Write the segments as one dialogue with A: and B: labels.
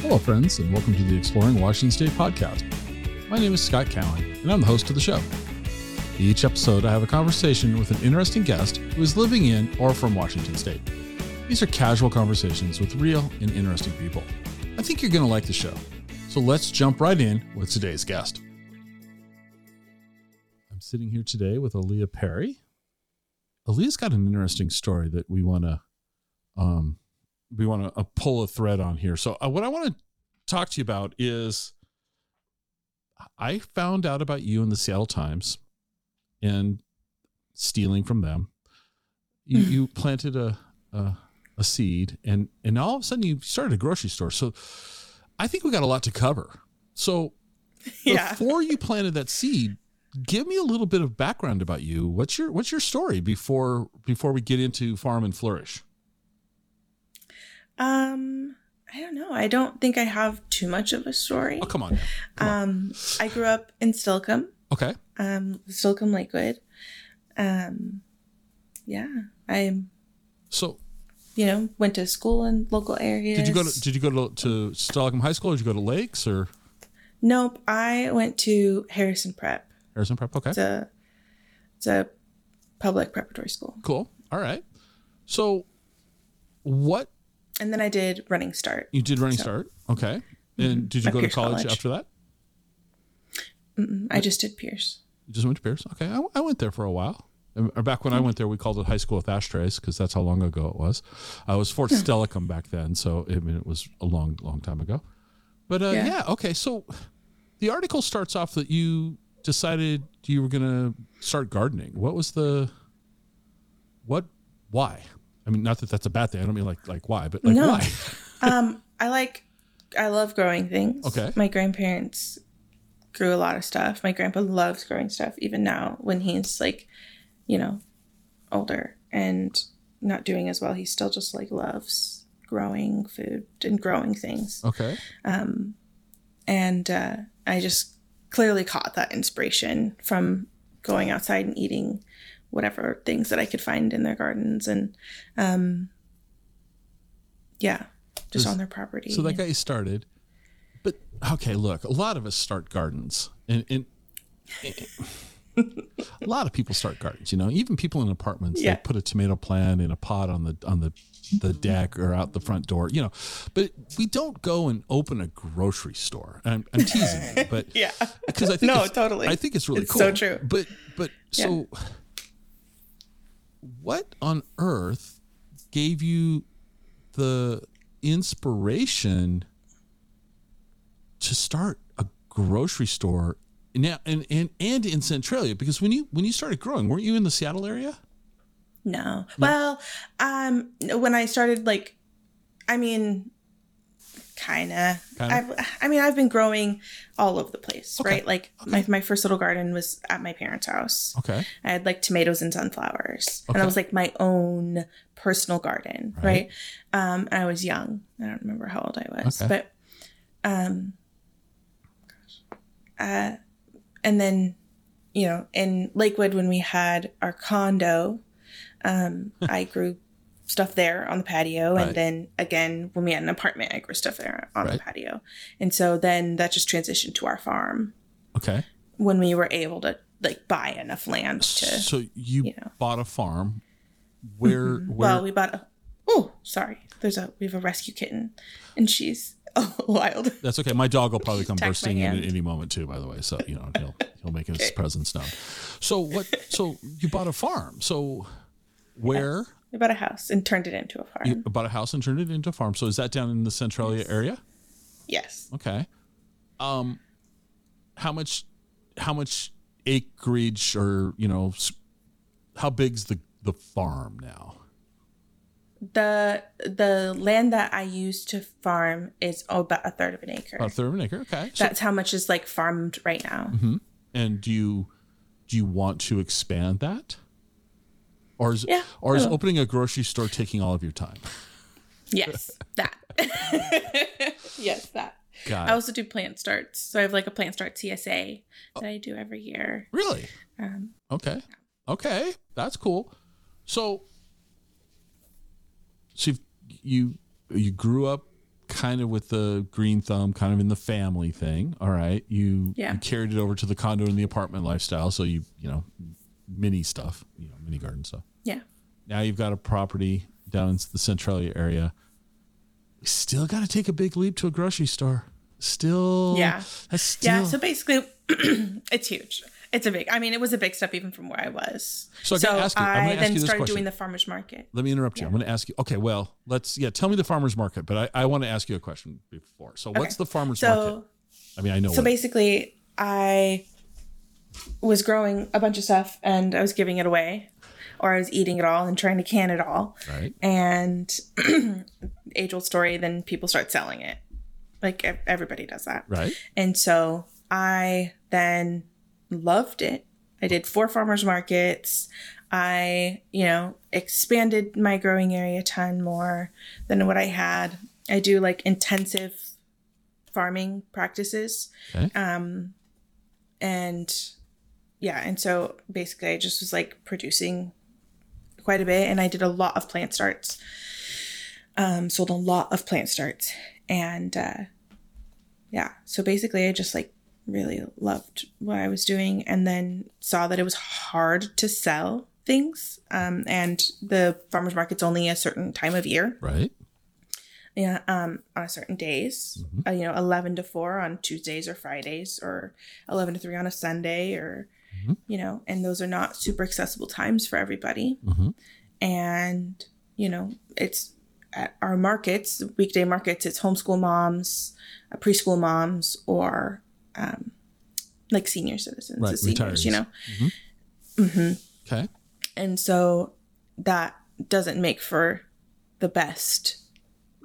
A: Hello, friends, and welcome to the Exploring Washington State podcast. My name is Scott Cowan, and I'm the host of the show. Each episode, I have a conversation with an interesting guest who is living in or from Washington State. These are casual conversations with real and interesting people. I think you're going to like the show. So let's jump right in with today's guest. I'm sitting here today with Aaliyah Perry. Aaliyah's got an interesting story that we want to um, we want to uh, pull a thread on here. So uh, what I want to talk to you about is I found out about you in the Seattle Times and stealing from them. You, you planted a, a a seed and and all of a sudden you started a grocery store. So I think we got a lot to cover. So
B: Yeah.
A: before you planted that seed, give me a little bit of background about you. What's your what's your story before before we get into farm and flourish?
B: Um, I don't know. I don't think I have too much of a story.
A: Oh come on. now. Come on.
B: Um, I grew up in Stilcombe,
A: Okay.
B: um, Stilcombe Lakewood. Um, yeah, I,
A: So
B: you know, went to school in local areas.
A: Did you go to Did you go to to Stalgham High School? Or did you go to Lakes or
B: Nope. I went to Harrison Prep.
A: Harrison Prep? Okay,
B: It's a, it's a public preparatory school.
A: cool. All right. So, what
B: And then I did Running Start.
A: you did running start? Okay, and did you
B: At
A: go Mm-hmm. to
B: Pierce
A: college,
B: College.
A: after that?
B: Mm, I just did Pierce.
A: You just went to Pierce. Okay, I, I went there for a while. And- Or back when I went there, we called it high school with ashtrays because that's how long ago it was. I was Fort Stellicum back then, so I mean it was a long, long time ago. But uh,
B: Yeah.
A: yeah, okay. So the article starts off that you decided you were going to start gardening. What was the what? Why? I mean, not that that's a bad thing. I don't mean like like why, but like
B: No.
A: why?
B: um, I like, I love growing things.
A: Okay.
B: My grandparents grew a lot of stuff. My grandpa loves growing stuff, even now when he's like, you know, older and not doing as well. He still just like loves growing food and growing things.
A: Okay,
B: Um, and uh, I just clearly caught that inspiration from going outside and eating whatever things that I could find in their gardens and um, yeah, just
A: Does-
B: on their property.
A: so that got you started. But okay, look, a lot of us start gardens, and, and a lot of people start gardens. You know, even people in apartments,
B: Yeah.
A: they put a tomato plant in a pot on the on the the deck or out the front door. You know, but we don't go and open a grocery store. And I'm, I'm teasing, you, but
B: yeah.
A: because I think
B: No,
A: it's-
B: totally.
A: I think it's really
B: It's
A: cool.
B: so true.
A: But but so, what on earth gave you the inspiration to start a grocery store now and and and in Centralia? Because when you when you started growing, weren't you in the Seattle area?
B: No. Well, um, when I started, like, I mean, kinda.
A: Kinda?
B: I've, I mean, I've been growing all over the place,
A: Okay.
B: right? Like, my, my first little garden was at my parents' house.
A: Okay.
B: I had like tomatoes and sunflowers, and
A: Okay.
B: that was like my own personal garden,
A: Right.
B: right? Um, and I was young. I don't remember how old I was,
A: Okay.
B: but um, uh, and then you know, in Lakewood when we had our condo, um, I grew stuff there on the patio,
A: Right.
B: and then again when we had an apartment, I grew stuff there on
A: Right.
B: the patio, and so then that just transitioned to our farm
A: Okay.
B: when we were able to like buy enough land to
A: so you
B: you know. Mm-hmm.
A: bought a farm. Where where
B: Well, we bought a. Oh, sorry. There's a. We have a rescue kitten, and she's wild.
A: That's okay. My dog will probably come
B: Attack
A: bursting
B: my
A: in
B: hand.
A: at any moment too. By the way, so you know he'll he'll make his presence known. So what? So you bought a farm. So where
B: We bought a house and turned it into a farm.
A: you bought a house and turned it into a farm. So is that down in the Centralia area?
B: Yes.
A: Okay. Um, how much? How much acreage or you know, s- how big's the the farm now?
B: The the land that I use to farm is about a third of an acre.
A: About a third Mm-hmm. of an acre. Okay. So,
B: That's how much is like farmed right now.
A: and do you do you want to expand that? Or is,
B: Yeah, Oh.
A: or is
B: I will.
A: opening a grocery store taking all of your time?
B: Yes, that. yes, that.
A: Got
B: I
A: it.
B: also do plant starts, so I have like a plant start CSA
A: Oh.
B: that I do every year.
A: Really?
B: Um,
A: Okay. Okay. That's cool. So, so you you grew up kind of with the green thumb, kind of in the family thing. All right, you,
B: Yeah.
A: you carried it over to the condo and the apartment lifestyle. So you you know mini stuff, you know mini garden stuff.
B: Yeah.
A: Now you've got a property down in the Centralia area. We still got to take a big leap to a grocery store. Still,
B: Yeah.
A: that's still.
B: Yeah. So basically, it's huge. It's a big. I mean, it was a big step even from where I was.
A: So I gotta ask you- I'm gonna
B: I
A: ask
B: then
A: you this
B: started
A: question.
B: doing the farmers market.
A: let me interrupt you. I'm going to ask you. Okay, well, let's yeah. Tell me the farmers market, but I, I want to ask you a question before. So, what's the farmers market?
B: So
A: I mean, I know.
B: so
A: what-
B: basically, I was growing a bunch of stuff and I was giving it away, or I was eating it all and trying to can it all.
A: right?
B: and age old story then people start selling it like ev- everybody does that
A: Right.
B: and so i then loved it i did four farmers markets i you know expanded my growing area a ton more than what i had i do like intensive farming practices
A: Okay.
B: um and yeah and so basically i just was like producing quite a bit and i did a lot of plant starts um sold a lot of plant starts and uh yeah so basically i just like really loved what i was doing and then saw that it was hard to sell things um and the farmers market's only a certain time of year
A: Right.
B: yeah, um, on certain days,
A: Mm-hmm.
B: uh, you know, eleven to four on Tuesdays or Fridays, or eleven to three on a Sunday, or
A: Mhm.
B: you know, and those are not super accessible times for everybody.
A: Mm-hmm.
B: And you know, it's at our markets, weekday markets, it's homeschool moms, uh, preschool moms, or um, like senior citizens,
A: Right,
B: the seniors, you
A: retirees.
B: know,
A: Okay.
B: and so that doesn't make for the best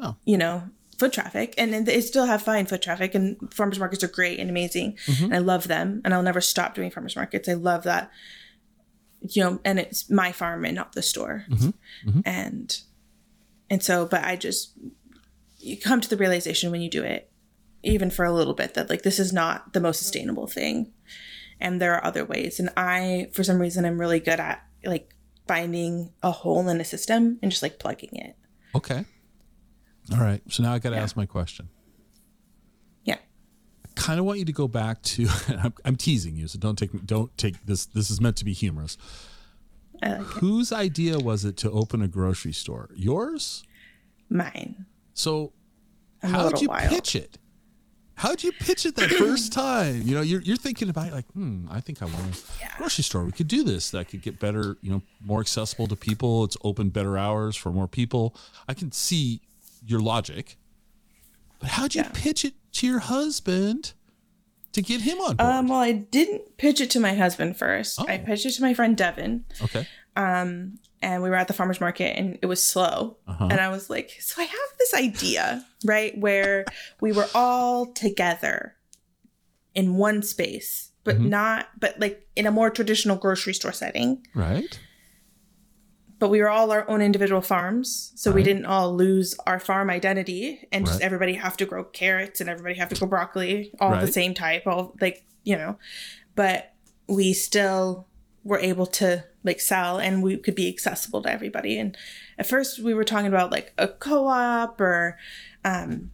A: Oh.
B: you know foot traffic and then they still have fine foot traffic and farmers markets are great and amazing and i love them and i'll never stop doing farmers markets i love that you know and it's my farm and not the store and and so but i just you come to the realization when you do it even for a little bit that like this is not the most sustainable thing and there are other ways and i for some reason i'm really good at like finding a hole in a system and just like plugging it
A: Okay. All right. So now I got to ask my question.
B: yeah
A: I kind of want you to go back to. I'm, I'm teasing you, so don't take me- don't take this. This is meant to be humorous.
B: i like
A: Whose idea was it to open a grocery store? Yours.
B: mine
A: So
B: I'm a
A: how did
B: little
A: you
B: wild.
A: pitch it? How did you pitch it that first time? You know, you're, you're thinking about it like, hmm, I think I want a grocery store. We could do this. That could get better, you know, more accessible to people. It's open better hours for more people. I can see your logic. But how'd you
B: Yeah.
A: pitch it to your husband to get him on board?
B: um well i didn't pitch it to my husband first i
A: Oh.
B: pitched it to my friend devin
A: okay.
B: and we were at the farmers market and it was slow and i was like so i have this idea right where we were all together in one space but not but like in a more traditional grocery store setting
A: Right.
B: but we were all our own individual farms so we
A: Right.
B: didn't all lose our farm identity and just
A: Right.
B: everybody have to grow carrots and everybody have to grow broccoli all the
A: Right.
B: same type all like you know but we still were able to like sell and we could be accessible to everybody and at first we were talking about like a co-op or um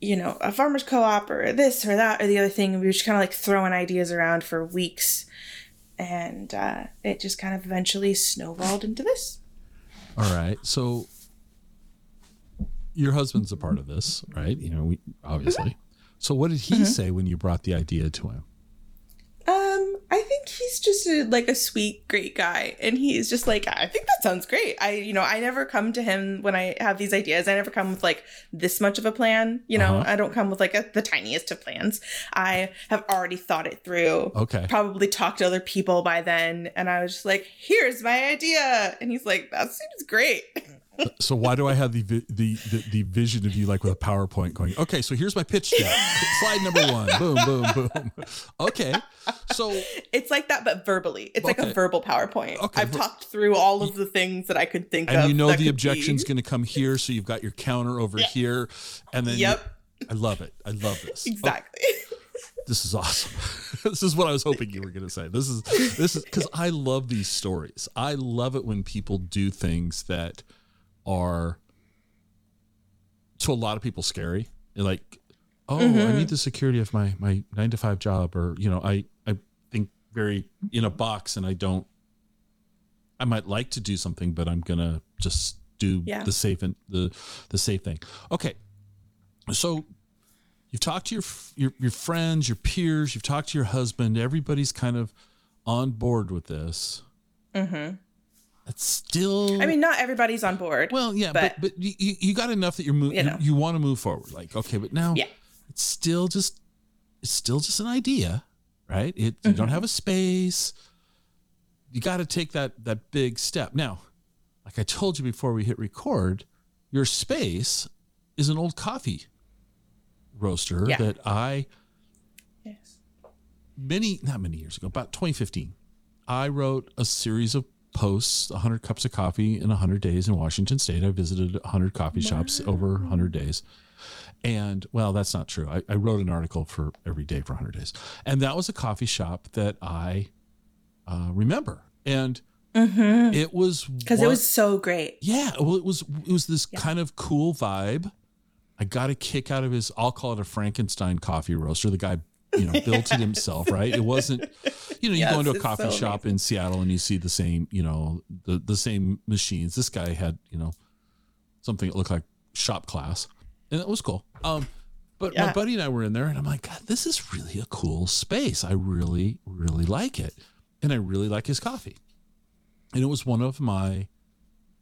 B: you know a farmers co-op or this or that or the other thing and we were just kind of like throwing ideas around for weeks and uh, it just kind of eventually snowballed into this
A: All right. So your husband's a part of this, right? You know, we obviously. So what did he
B: Mm-hmm.
A: say when you brought the idea to him?
B: Um, I think he's just a, like a sweet, great guy, and he's just like, I think that sounds great. I, you know, I never come to him when I have these ideas. I never come with like this much of a plan. You know,
A: Uh-huh.
B: I don't come with like a, the tiniest of plans. I have already thought it through.
A: Okay.
B: Probably talked to other people by then, and I was just like, "Here's my idea," and he's like, "That seems great."
A: So why do I have the vi- the the, the vision of you like with a PowerPoint going? Okay, so here's my pitch deck. Slide number one. Boom, boom, boom. Okay, so
B: It's like that, but verbally. It's like
A: Okay.
B: a verbal PowerPoint.
A: Okay,
B: I've
A: ver-
B: talked through all of the things that I could think of.
A: and you know
B: that
A: the
B: could
A: objection's
B: be.
A: going to come here, so you've got your counter over here, and then you-
B: Yep.
A: I love it. I love this. Oh,
B: Exactly.
A: this is awesome. this is what I was hoping you were going to say. This is this is because I love these stories. I love it when people do things that are to a lot of people scary. They're like, oh, I
B: Mm-hmm.
A: need the security of my my nine to five job, or you know, I I think very in a box, and I don't. I might like to do something, but I'm gonna just do
B: Yeah.
A: the safe and the the safe thing. Okay, so you've talked to your f- your your friends, your peers, you've talked to your husband. Everybody's kind of on board with this. Oh.
B: Mm-hmm.
A: It's still.
B: I mean, not everybody's on board.
A: Well, yeah, but
B: but-
A: but, you, you you got enough that you're moving. You,
B: You know.
A: you want to move forward, like okay, but now
B: Yeah.
A: it's still just it's still just an idea, right? It you don't have a space. You got to take that that big step now. Like I told you before we hit record, your space is an old coffee roaster
B: Yeah.
A: that I
B: yes.
A: many not many years ago about 2015 i wrote a series of posts 100 cups of coffee in 100 days in washington state i visited 100 coffee shops over 100 days and well that's not true I, I wrote an article for every day for 100 days and that was a coffee shop that i uh, remember and it was
B: Because Mm-hmm. it
A: one-
B: was so great.
A: yeah, well, it was it was this kind of cool vibe. I got a kick out of his. I'll call it a Frankenstein coffee roaster. The guy, you know, built it himself, right? It wasn't, you know, you
B: Yes,
A: go into a
B: it's
A: coffee
B: so
A: shop in Seattle and you see the same, you know, the the same machines. This guy had, you know, something that looked like shop class, and it was cool. Um, but my
B: Yeah.
A: buddy and I were in there, and I'm like, God, this is really a cool space. I really, really like it, and I really like his coffee. And it was one of my,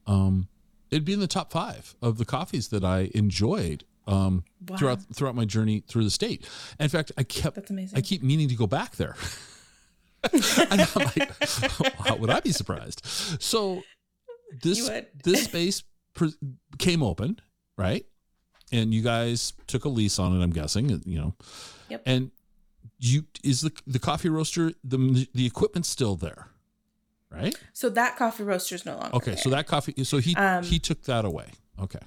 A: um, it'd be in the top five of the coffees that I enjoyed um,
B: Wow.
A: throughout throughout my journey through the state. And in fact, I kept
B: That's amazing.
A: I keep meaning to go back there. and I'm like, how would I be surprised? So
B: You
A: this
B: would.
A: this space pre- came open, right? And you guys took a lease on it. I'm guessing, you know.
B: Yep.
A: And you is the the coffee roaster the the equipment's still there, right?
B: So that coffee roaster is no longer.
A: Okay, so
B: there.
A: that coffee. So he
B: Um,
A: he took that away. Okay,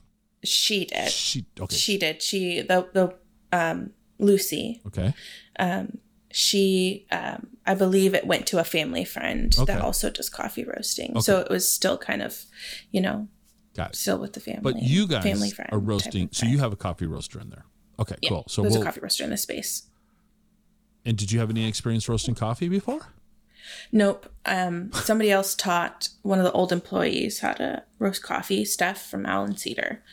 B: she did.
A: she okay
B: She did. She the the um Lucy.
A: okay
B: Um, she um, I believe it went to a family friend
A: Okay.
B: that also does coffee roasting.
A: Okay.
B: So it was still kind of, you know,
A: got it.
B: still with the family.
A: But you guys
B: family friend
A: are
B: type
A: roasting,
B: of
A: so you
B: friend.
A: have a coffee roaster in there. Okay,
B: Yeah,
A: cool. So
B: there's
A: we'll,
B: a coffee roaster in the space.
A: and did you have any experience roasting coffee before?
B: Nope. Um, somebody else taught one of the old employees how to roast coffee. Steph from Allen Cedar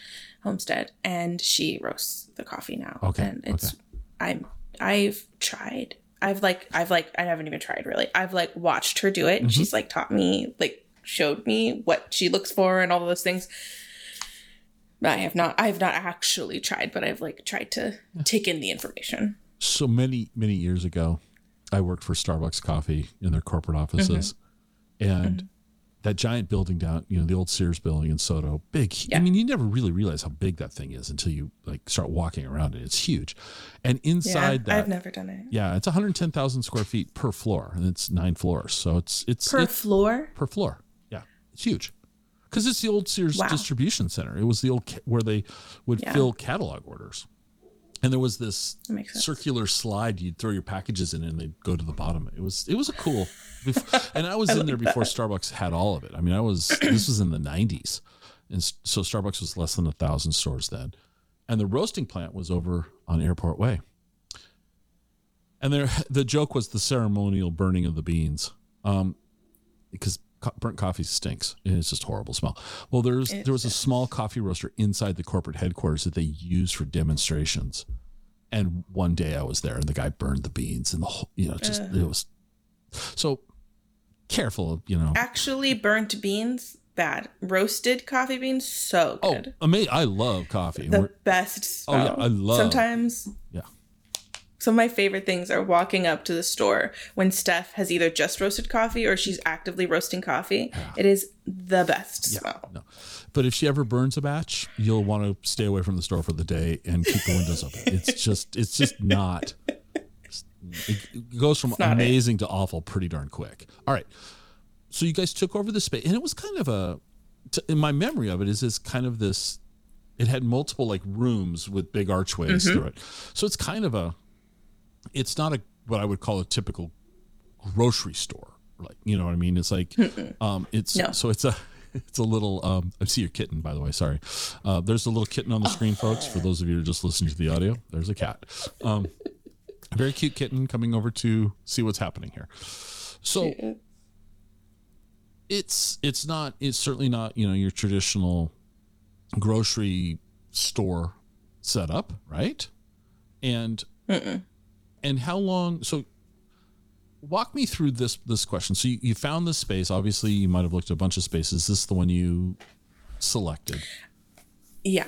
B: Homestead, and she roasts the coffee now.
A: Okay,
B: And it's I'm I've tried. I've like I've like I haven't even tried really. I've like watched her do it.
A: Mm-hmm.
B: and She's like taught me like showed me what she looks for and all those things. But I have not I've not actually tried, but I've like tried to take in the information.
A: so many many years ago i worked for starbucks coffee in their corporate offices and that giant building down you know the old sears building in soto big i
B: Yeah.
A: mean you never really realize how big that thing is until you like start walking around it it's huge and inside
B: yeah,
A: that
B: I've never done it.
A: yeah it's 110000 square feet per floor and it's nine floors so it's it's
B: Per
A: it's
B: floor?
A: per floor yeah it's huge because it's the old sears
B: Wow.
A: distribution center it was the old ca- where they would
B: Yeah.
A: fill catalog orders and there was this
B: That makes sense.
A: circular slide you'd throw your packages in and they'd go to the bottom it was it was a cool bef- and i was in there before starbucks had all of it i mean i was this was in the 90s and s- so starbucks was less than a thousand stores then and the roasting plant was over on airport way and there the joke was the ceremonial burning of the beans um because co- burnt coffee stinks and it's just a horrible smell well there's
B: It
A: there was a small coffee roaster inside the corporate headquarters that they used for demonstrations and one day I was there, and the guy burned the beans, and the whole, you know, just it was so careful, you know.
B: Actually burnt beans, bad. Roasted coffee beans, so
A: Oh,
B: good.
A: amazing! I love coffee.
B: the
A: We're-
B: best
A: Oh, yeah,
B: smell.
A: I love-
B: Sometimes
A: yeah,
B: Some of my favorite things are walking up to the store when Steph has either just roasted coffee or she's actively roasting coffee. It is the best smell.
A: no, but if she ever burns a batch, you'll want to stay away from the store for the day and keep the windows open. It's just, it's just not. It it goes from
B: not it.
A: amazing to awful pretty darn quick. All right, so you guys took over the space, and it was kind of a. t- in my memory of it is it's kind of this it had multiple like rooms with big archways
B: Mm-hmm.
A: through it. So it's kind of a it's not a what I would call a typical grocery store. Like you know what I mean? It's like um it's
B: No.
A: so it's a it's a little. Um, I see your kitten, by the way. Sorry. Uh, there's a little kitten on the screen, folks. For those of you who are just listening to the audio, there's a cat. Um, a very cute kitten coming over to see what's happening here. So it's it's not it's certainly not you know your traditional grocery store setup, right? And
B: Mm-mm.
A: and how long? So walk me through this this question. So you, you found this space. Obviously, you might have looked at a bunch of spaces. This is the one you selected.
B: Yeah.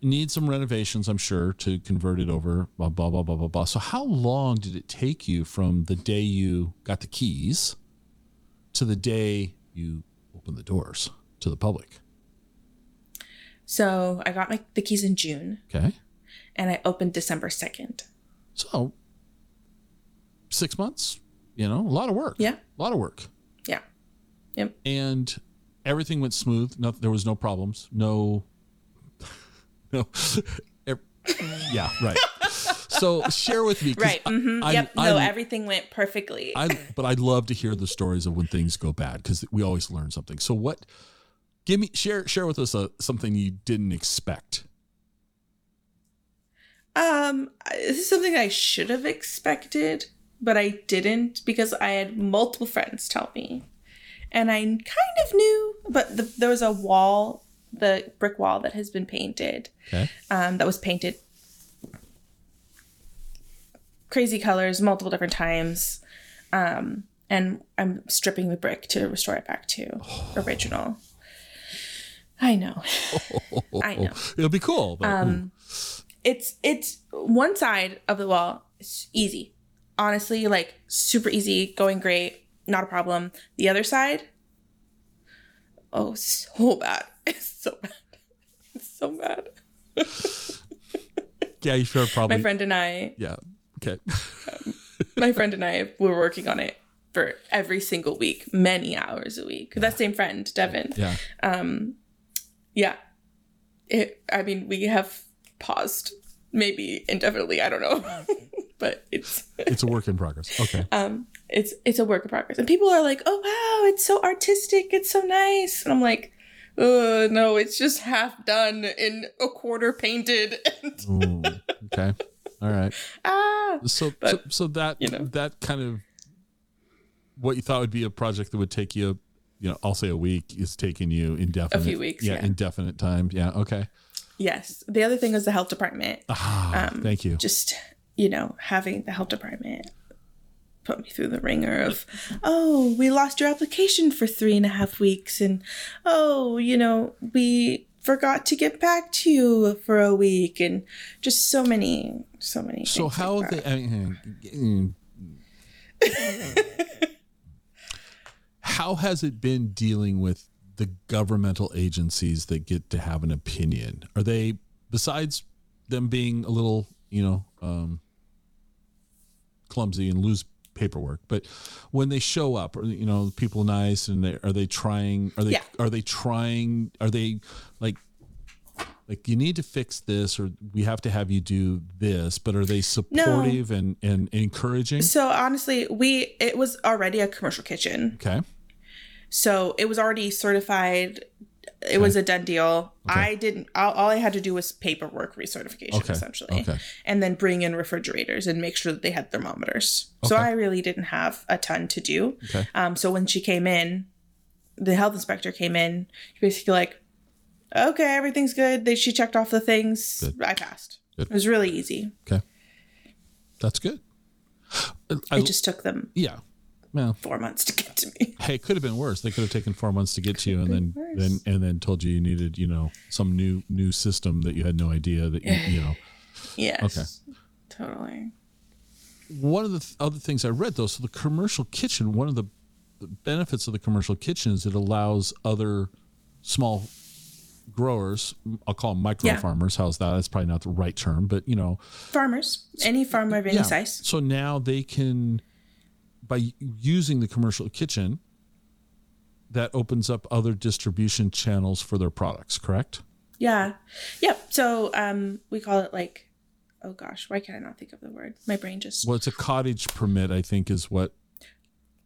A: Need some renovations, I'm sure, to convert it over. Blah blah blah blah blah blah. So how long did it take you from the day you got the keys to the day you opened the doors to the public?
B: So I got my the keys in June
A: Okay,
B: and I opened December 2nd.
A: so six months. You know, a lot of work.
B: Yeah.
A: a lot of work.
B: Yeah. Yep.
A: and everything went smooth. No, there was no problems. No, no. ev- yeah, right. So share with me, 'cause
B: Right.
A: I-
B: hmm
A: I-
B: yep.
A: I-
B: no, everything went perfectly.
A: I, but I'd love to hear the stories of when things go bad because we always learn something. So what? Give me share share with us uh something you didn't expect.
B: Um, this is something I should have expected, but I didn't because I had multiple friends tell me, and I kind of knew. But the, there was a wall, the brick wall that has been painted,
A: Okay.
B: um, that was painted crazy colors multiple different times, um, and I'm stripping the brick to restore it back to original. I know. I know
A: It'll be cool. But, mm,
B: um it's it's one side of the wall it's easy honestly like super easy going great not a problem the other side oh so bad it's so bad it's so bad
A: ooh. yeah, you should probably.
B: my friend and i
A: yeah. Okay.
B: my friend and i were working on it for every single week many hours a week that same friend devin
A: Yeah.
B: um yeah it i mean we have paused maybe indefinitely i don't know but it's
A: It's a work in progress. Okay.
B: um it's it's a work in progress and people are like oh wow it's so artistic it's so nice and i'm like oh no it's just half done and a quarter painted and
A: Ooh, okay. All right.
B: ah
A: so, so
B: But,
A: so that
B: you know.
A: that kind of what you thought would be a project that would take you you know i'll say a week is taking you indefinite
B: weeks, yeah.
A: indefinite time yeah okay
B: yes the other thing is the health department
A: ah,
B: Um,
A: thank you
B: just you know having the health department put me through the ringer of oh we lost your application for three and a half weeks and oh you know we forgot to get back to you for a week and just so many so many
A: so
B: things
A: how
B: like
A: they
B: that.
A: I mean, mm, how has it been dealing with the governmental agencies that get to have an opinion are they besides them being a little you know um, clumsy and lose paperwork but when they show up are you know people nice and they are they trying are they
B: Yeah.
A: are they trying are they like like you need to fix this or we have to have you do this but are they supportive and and encouraging
B: so honestly we it was already a commercial kitchen
A: okay
B: so it was already certified it was a done deal
A: Okay.
B: i didn't all, all i had to do was paperwork recertification
A: okay
B: essentially
A: okay
B: and then bring in refrigerators and make sure that they had thermometers. So
A: Okay.
B: I really didn't have a ton to do.
A: okay
B: Um, so when she came in, the health inspector came in, basically like, okay, everything's good. They, she checked off the things.
A: Good.
B: I passed.
A: Good.
B: It was really easy.
A: that's good I-
B: it just took them
A: yeah well
B: four months to get to me.
A: hey, it could have been worse. They could have taken four months to get to you, and then
B: Could have been
A: then
B: worse.
A: and then told you you needed you know some new new system that you had no idea that you you know.
B: Yes. Totally.
A: One of the th- other things I read though, so the commercial kitchen, one of the the benefits of the commercial kitchen is it allows other small growers, I'll call them micro
B: Yeah.
A: farmers. How's that? That's probably not the right term, but you know,
B: Farmers, any farmer of any size.
A: So now they can, by using the commercial kitchen, that opens up other distribution channels for their products. Correct?
B: Yeah. Yep. So um, we call it like, oh gosh, why can I not think of the word? My brain just
A: Well, it's a cottage permit, I think, is what.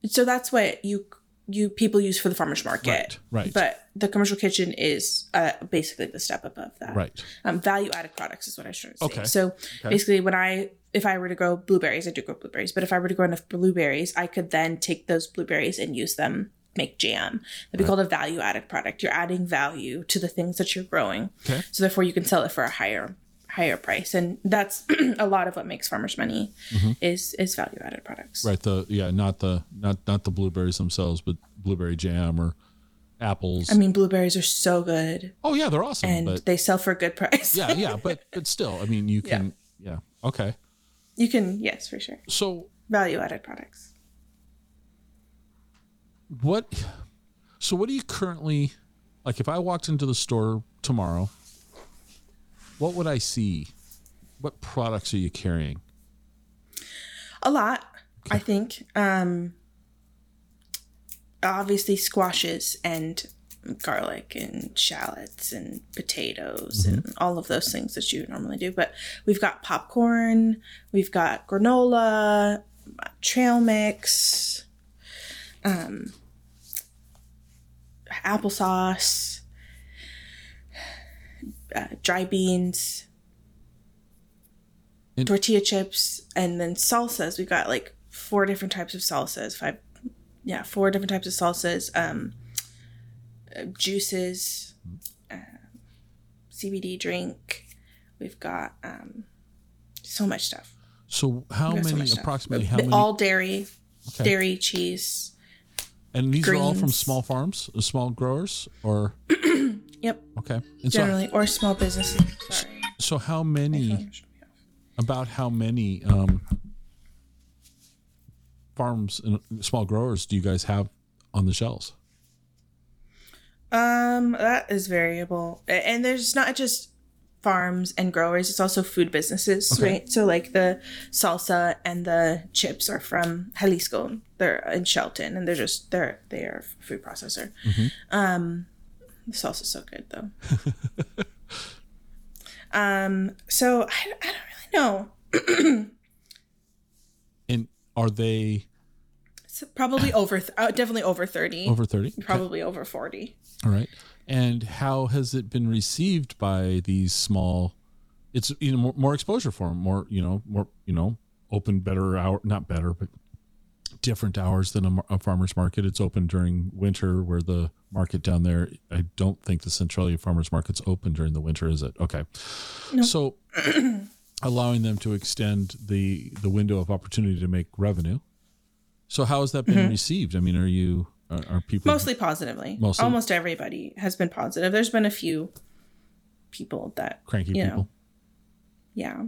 B: so that's what you you people use for the farmers market.
A: Right, right.
B: But the commercial kitchen is uh, basically the step above that.
A: Right.
B: Um, value added products is what I was trying to say.
A: Okay.
B: So
A: Okay.
B: basically, when I if I were to grow blueberries, I do grow blueberries. But if I were to grow enough blueberries, I could then take those blueberries and use them make jam. That'd be
A: Right.
B: called a value added product. You're adding value to the things that you're growing.
A: Okay.
B: So therefore, you can sell it for a higher higher price, and that's a lot of what makes farmers money
A: Mhm.
B: is is value added products.
A: Right. The yeah, not the not not the blueberries themselves, but blueberry jam or apples.
B: I mean, blueberries are so good,
A: oh yeah, they're awesome.
B: and
A: but
B: they sell for a good price.
A: yeah, yeah, but but still, I mean, you
B: Yeah.
A: can yeah. Okay.
B: you can yes, for sure.
A: So
B: Value added products.
A: what so what do you currently like if I walked into the store tomorrow, what would I see? What products are you carrying?
B: A lot, I think. Um, obviously, squashes and garlic and shallots and potatoes and all of those things that you would normally do. But we've got popcorn, we've got granola, trail mix, um, applesauce, uh, dry beans.
A: And-
B: tortilla chips and then salsas we've got like four different types of salsas five yeah four different types of salsas um uh, juices uh, cbd drink we've got um so much stuff
A: So how
B: We've got so
A: many
B: much stuff.
A: approximately how
B: But
A: many
B: all dairy
A: okay.
B: dairy cheese
A: and these are all from
B: greens.
A: small farms, small growers or
B: yep
A: okay. And so
B: generally or small businesses sorry
A: so how many about how many um, farms and small growers do you guys have on the shelves?
B: Um, that is variable, A- and there's not just farms and growers; it's also food businesses,
A: Okay.
B: right? So, like the salsa and the chips are from Jalisco. They're in Shelton, and they're just they're they are a food processor.
A: Mm-hmm.
B: Um, the salsa's so good though. um, so I, I don't really know.
A: And are they
B: It's probably over, th- uh, definitely over thirty,
A: over 30?
B: probably over forty.
A: All right. And how has it been received by these small it's you know more, more exposure for them, more, you know, more, you know, open better hour, not better, but different hours than a, mar- a farmer's market. It's open during winter where the market down there, I don't think the Centralia farmer's market's open during the winter, is it? Okay. So allowing them to extend the the window of opportunity to make revenue. So how has that been received? I mean, are you are, are people
B: mostly positively
A: Mm-hmm. Mostly.
B: almost everybody has been positive there's been a few people that
A: cranky
B: you know,
A: people?
B: yeah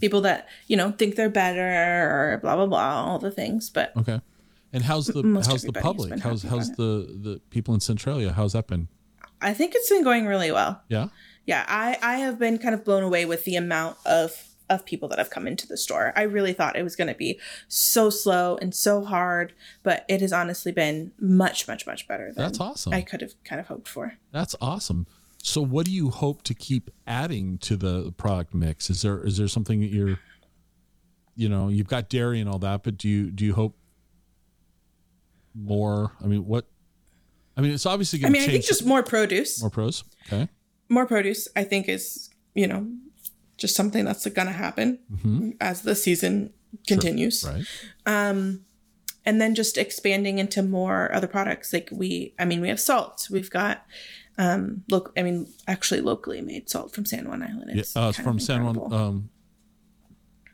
B: people that you know think they're better or blah blah blah all the things but
A: Okay. And how's the
B: most
A: how's the
B: everybody's
A: public?
B: been
A: How's
B: happy
A: how's
B: about
A: the the people in Centralia? How's that been?
B: i think it's been going really well
A: Yeah.
B: yeah i i have been kind of blown away with the amount of of people that have come into the store i really thought it was going to be so slow and so hard but it has honestly been much much much better than
A: That's awesome.
B: Um, i could have kind of hoped for
A: That's awesome. So what do you hope to keep adding to the product mix? Is there is there something that you're you know, you've got dairy and all that, but do you do you hope more? I mean, what I mean, it's obviously
B: i
A: going to
B: mean i
A: change
B: think just more produce
A: more pros. Okay.
B: more produce i think is you know just something that's gonna happen as the season continues
A: Mm-hmm. Right.
B: and then just expanding into more other products like we i mean we have salts we've got um look i mean actually locally made salt from san juan island
A: Yeah,
B: It's
A: uh,
B: kind
A: from
B: of
A: San Juan.
B: incredible.
A: Um,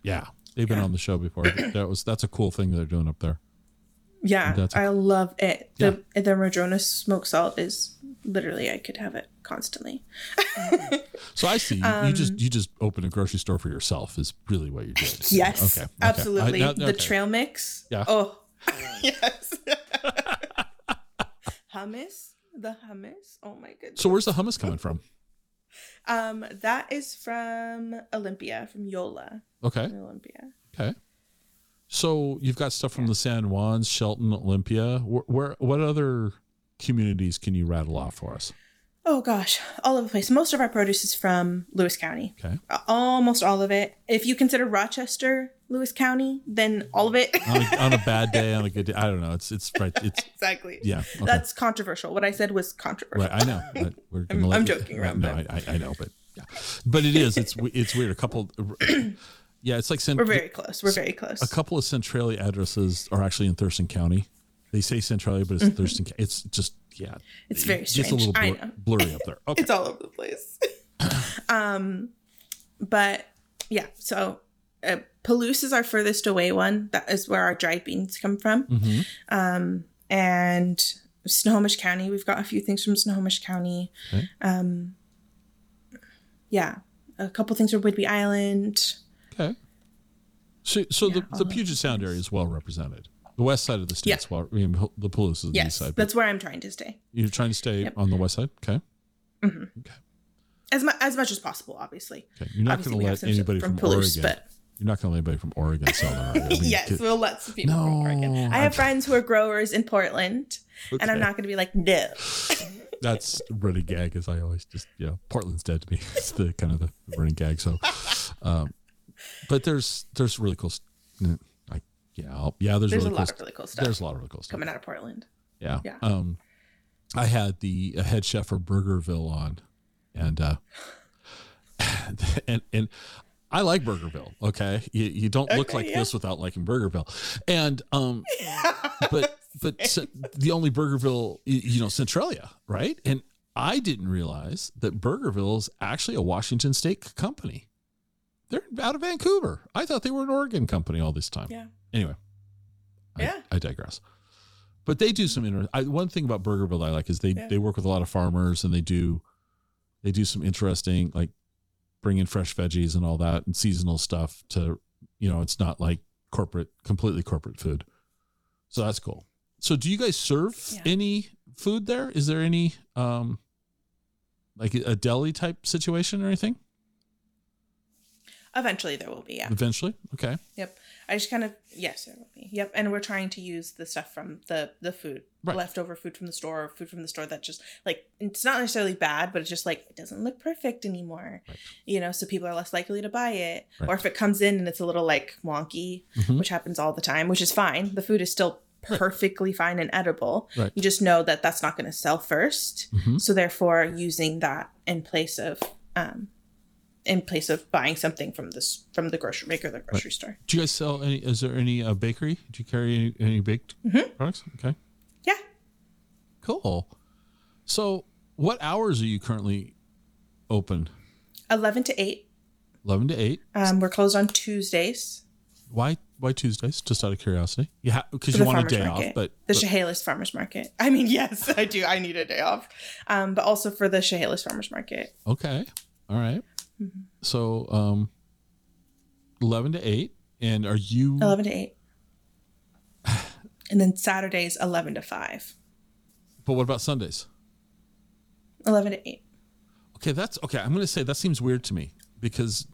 A: yeah, they've been on the show before. that was that's a cool thing they're doing up there.
B: yeah
A: that's-
B: i love it the the madrona smoked salt is literally i could have it constantly
A: So I see you, you
B: Um,
A: just you just open a grocery store for yourself is really what you did.
B: yes
A: Okay. okay. I-
B: absolutely
A: no,
B: the
A: okay.
B: trail mix
A: Yeah.
B: oh yes hummus the hummus oh my goodness
A: So where's the hummus coming from?
B: um that is from olympia from yola
A: Okay.
B: from olympia
A: Okay. So you've got stuff from the San Juans, Shelton, Olympia. Where, where what other communities can you rattle off for us?
B: Oh gosh, all over the place. Most of our produce is from Lewis County.
A: Okay.
B: Almost all of it. If you consider Rochester Lewis County, then all of it.
A: On a, on a bad day, on a good day, I don't know. It's it's right. It's
B: exactly.
A: yeah. okay.
B: That's controversial. What I said was controversial.
A: right. I know. But we're gonna
B: I'm-
A: let
B: I'm
A: you-
B: joking around,
A: No, I,
B: but-
A: I, I know, but yeah, but it is. It's we- it's weird. A couple. Yeah, it's like send,
B: We're very close. We're very close.
A: a couple of Centralia addresses are actually in Thurston County. They say Centralia, but it's Thurston. County. It's just yeah.
B: Mm-hmm. It's very
A: just a
B: strange.
A: little
B: I
A: blur-
B: know.
A: blurry up there. Okay.
B: It's all over the place. um, but yeah, so uh, Palouse is our furthest away one. That is where our dried beans come from.
A: hmm
B: Um, and Snohomish County, we've got a few things from Snohomish County.
A: Okay.
B: Um, yeah, a couple things from Whidbey Island.
A: Okay. So, so
B: Yeah, all
A: the, the
B: those
A: Puget Sound area is well represented. The west side of the state's well. I mean, the Palouse is the east
B: Yes,
A: side. But
B: that's where I'm trying to stay
A: you're trying to stay
B: Yep.
A: on the west side. Okay.
B: as, mu- as much as possible, obviously.
A: Okay. You're not going
B: we
A: to
B: have
A: let
B: some stuff
A: anybody from, Oregon.
B: but
A: You're not going to let anybody from Oregon sell their area. I mean,
B: yes,
A: get-
B: we'll let some people from
A: No,
B: Oregon. I
A: I'm-
B: have friends who are growers in Portland, and I'm
A: okay.
B: not going to be like, no.
A: That's running gag, as I always just you know, Portland's dead to me. It's the kind of the running gag. So, um, but there's there's really cool. st- Like yeah, I'll, yeah. There's,
B: There's
A: really
B: a
A: cool.
B: lot
A: st-
B: of really cool stuff
A: there's a lot of really cool stuff.
B: coming out of Portland.
A: Yeah.
B: Yeah.
A: Um, I had the uh, head chef for Burgerville on, and uh, and and I like Burgerville. Okay, you, you don't look
B: Okay,
A: like
B: yeah.
A: this without liking Burgerville, and um, but but s- the only Burgerville, y- you know, Centralia, right? And I didn't realize that Burgerville is actually a Washington State c- company. They're out of Vancouver. I thought they were an Oregon company all this time.
B: Yeah.
A: Anyway, I,
B: Yeah.
A: I digress. But they do some inter- I, one thing about Burgerville I like is they
B: Yeah.
A: they work with a lot of farmers and they do they do some interesting like bring in fresh veggies and all that and seasonal stuff to you know it's not like corporate completely corporate food. So that's cool. So do you guys serve
B: Yeah.
A: any food there? Is there any um like a deli type situation or anything?
B: Eventually, there will be. Yeah.
A: Eventually, okay.
B: Yep. I just kind of yes, there will be. Yep. And we're trying to use the stuff from the the food,
A: Right.
B: leftover food from the store, or food from the store that just like it's not necessarily bad, but it's just like it doesn't look perfect anymore.
A: Right.
B: You know, so people are less likely to buy it, or
A: Right.
B: if it comes in and it's a little like wonky,
A: Mhm.
B: which happens all the time, which is fine. The food is still perfectly fine and edible.
A: Right.
B: You just know that that's not going to sell 1st
A: Mhm.
B: So therefore, using that in place of um, in place of buying something from this from the grocery maker, or the grocery store.
A: Do you guys sell any? Is there any uh, bakery? Do you carry any, any baked
B: Mm-hmm.
A: products? Okay,
B: Yeah.
A: cool. So, what hours are you currently open?
B: 11 to 8.
A: Eleven to eight.
B: Um, we're closed on Tuesdays.
A: Why? Why Tuesdays? Just out of curiosity. Yeah, because
B: for
A: you
B: the
A: want a
B: farmers
A: day
B: market.
A: off, but,
B: the
A: but-
B: Chehalis Farmers Market. I mean, yes, I do. I need a day off. Um, but also for the Chehalis Farmers Market.
A: okay, all right.
B: Mm-hmm.
A: So, um, eleven to eight, and are you
B: 11 to 8. And then Saturdays 11 to 5.
A: But what about Sundays?
B: 11 to 8.
A: Okay, that's okay. I'm going to say that seems weird to me because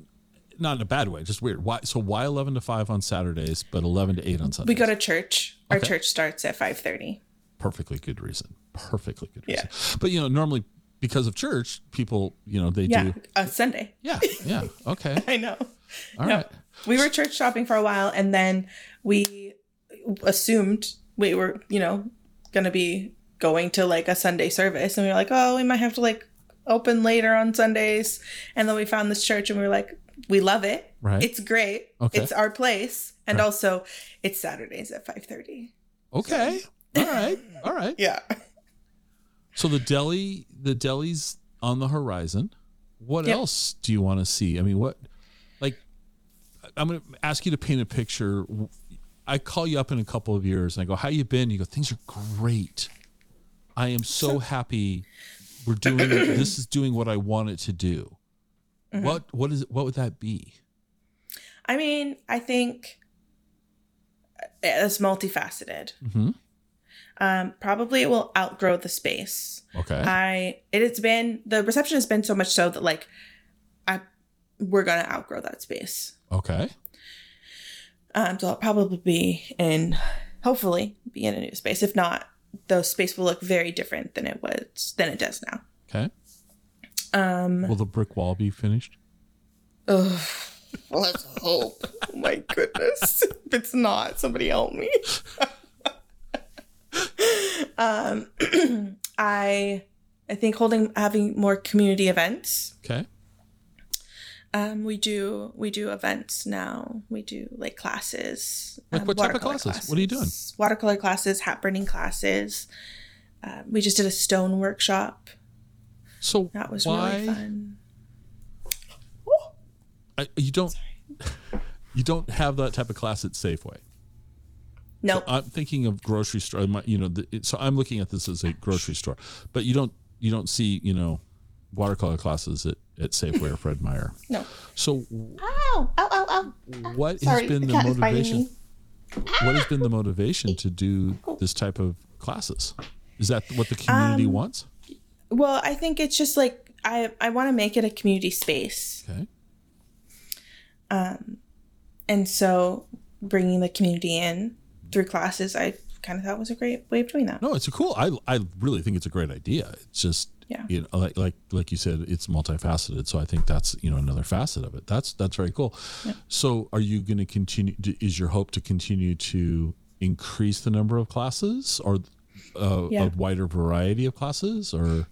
A: not in a bad way, just weird. Why? So why 11 to 5 on Saturdays, but 11 to 8 on Sundays?
B: We go to church. Our
A: Okay.
B: church starts at 5:30.
A: perfectly good reason. Perfectly good
B: Yeah.
A: reason. But you know, normally because of church, people, you know, they
B: Yeah,
A: do.
B: uh, Sunday.
A: Yeah. Yeah. Okay.
B: I know.
A: All
B: No.
A: right.
B: We were church shopping for a while and then we assumed we were, you know, going to be going to like a Sunday service and we were like, "Oh, we might have to like open later on Sundays." And then we found this church and we were like, "We love it.
A: Right.
B: It's great.
A: Okay.
B: It's our place." And
A: Right.
B: also, it's Saturdays at 5:30.
A: Okay. All right. All right.
B: Yeah.
A: So the deli, the deli's on the horizon. What
B: Yep.
A: else do you want to see? I mean, what, like, I'm going to ask you to paint a picture. I call you up in a couple of years and I go, how you been? You go, things are great. I am so happy. We're doing, this is doing what I want it to do.
B: Mm-hmm.
A: What, what is, what would that be?
B: I mean, I think it's multifaceted.
A: Mhm.
B: Um, probably it will outgrow the space.
A: Okay.
B: I it has been the reception has been so much so that like I we're gonna outgrow that space.
A: okay.
B: Um, so I'll probably be in hopefully be in a new space. If not, the space will look very different than it was than it does now.
A: Okay.
B: Um,
A: Will the brick wall be finished?
B: ugh, let's hope. Oh my goodness. If it's not, somebody help me. um, I I think holding having more community events
A: Okay.
B: Um, we do we do events now. We do like classes.
A: Like
B: um,
A: what type of
B: watercolor
A: classes? What are you doing?
B: classes, Watercolor classes, hat burning classes. Uh, we just did a stone workshop.
A: So
B: That was
A: why
B: really fun.
A: I, you don't you don't have that type of class at Safeway?
B: No,
A: I'm thinking of grocery store. my- You know, the, it, so I'm looking at this as a grocery store, but you don't you don't see you know watercolor classes at at Safeway or Fred Meyer.
B: no.
A: So
B: Ow! Ow! Ow! Ow!
A: what
B: Sorry,
A: has been
B: the
A: the
B: cat is biting
A: motivation?
B: me.
A: What has been the motivation to do this type of classes? Is that what the community
B: Um,
A: wants?
B: Well, I think it's just like I I want to make it a community space,
A: Okay.
B: and so bringing the community in through classes, I kind of thought was a great way of doing that.
A: No, it's a cool. I I really think it's a great idea. It's just
B: Yeah.
A: you know, like like like you said, it's multifaceted. So I think that's you know another facet of it. That's that's very cool. So are you going to continue? d- Is your hope to continue to increase the number of classes or uh,
B: Yeah.
A: a wider variety of classes or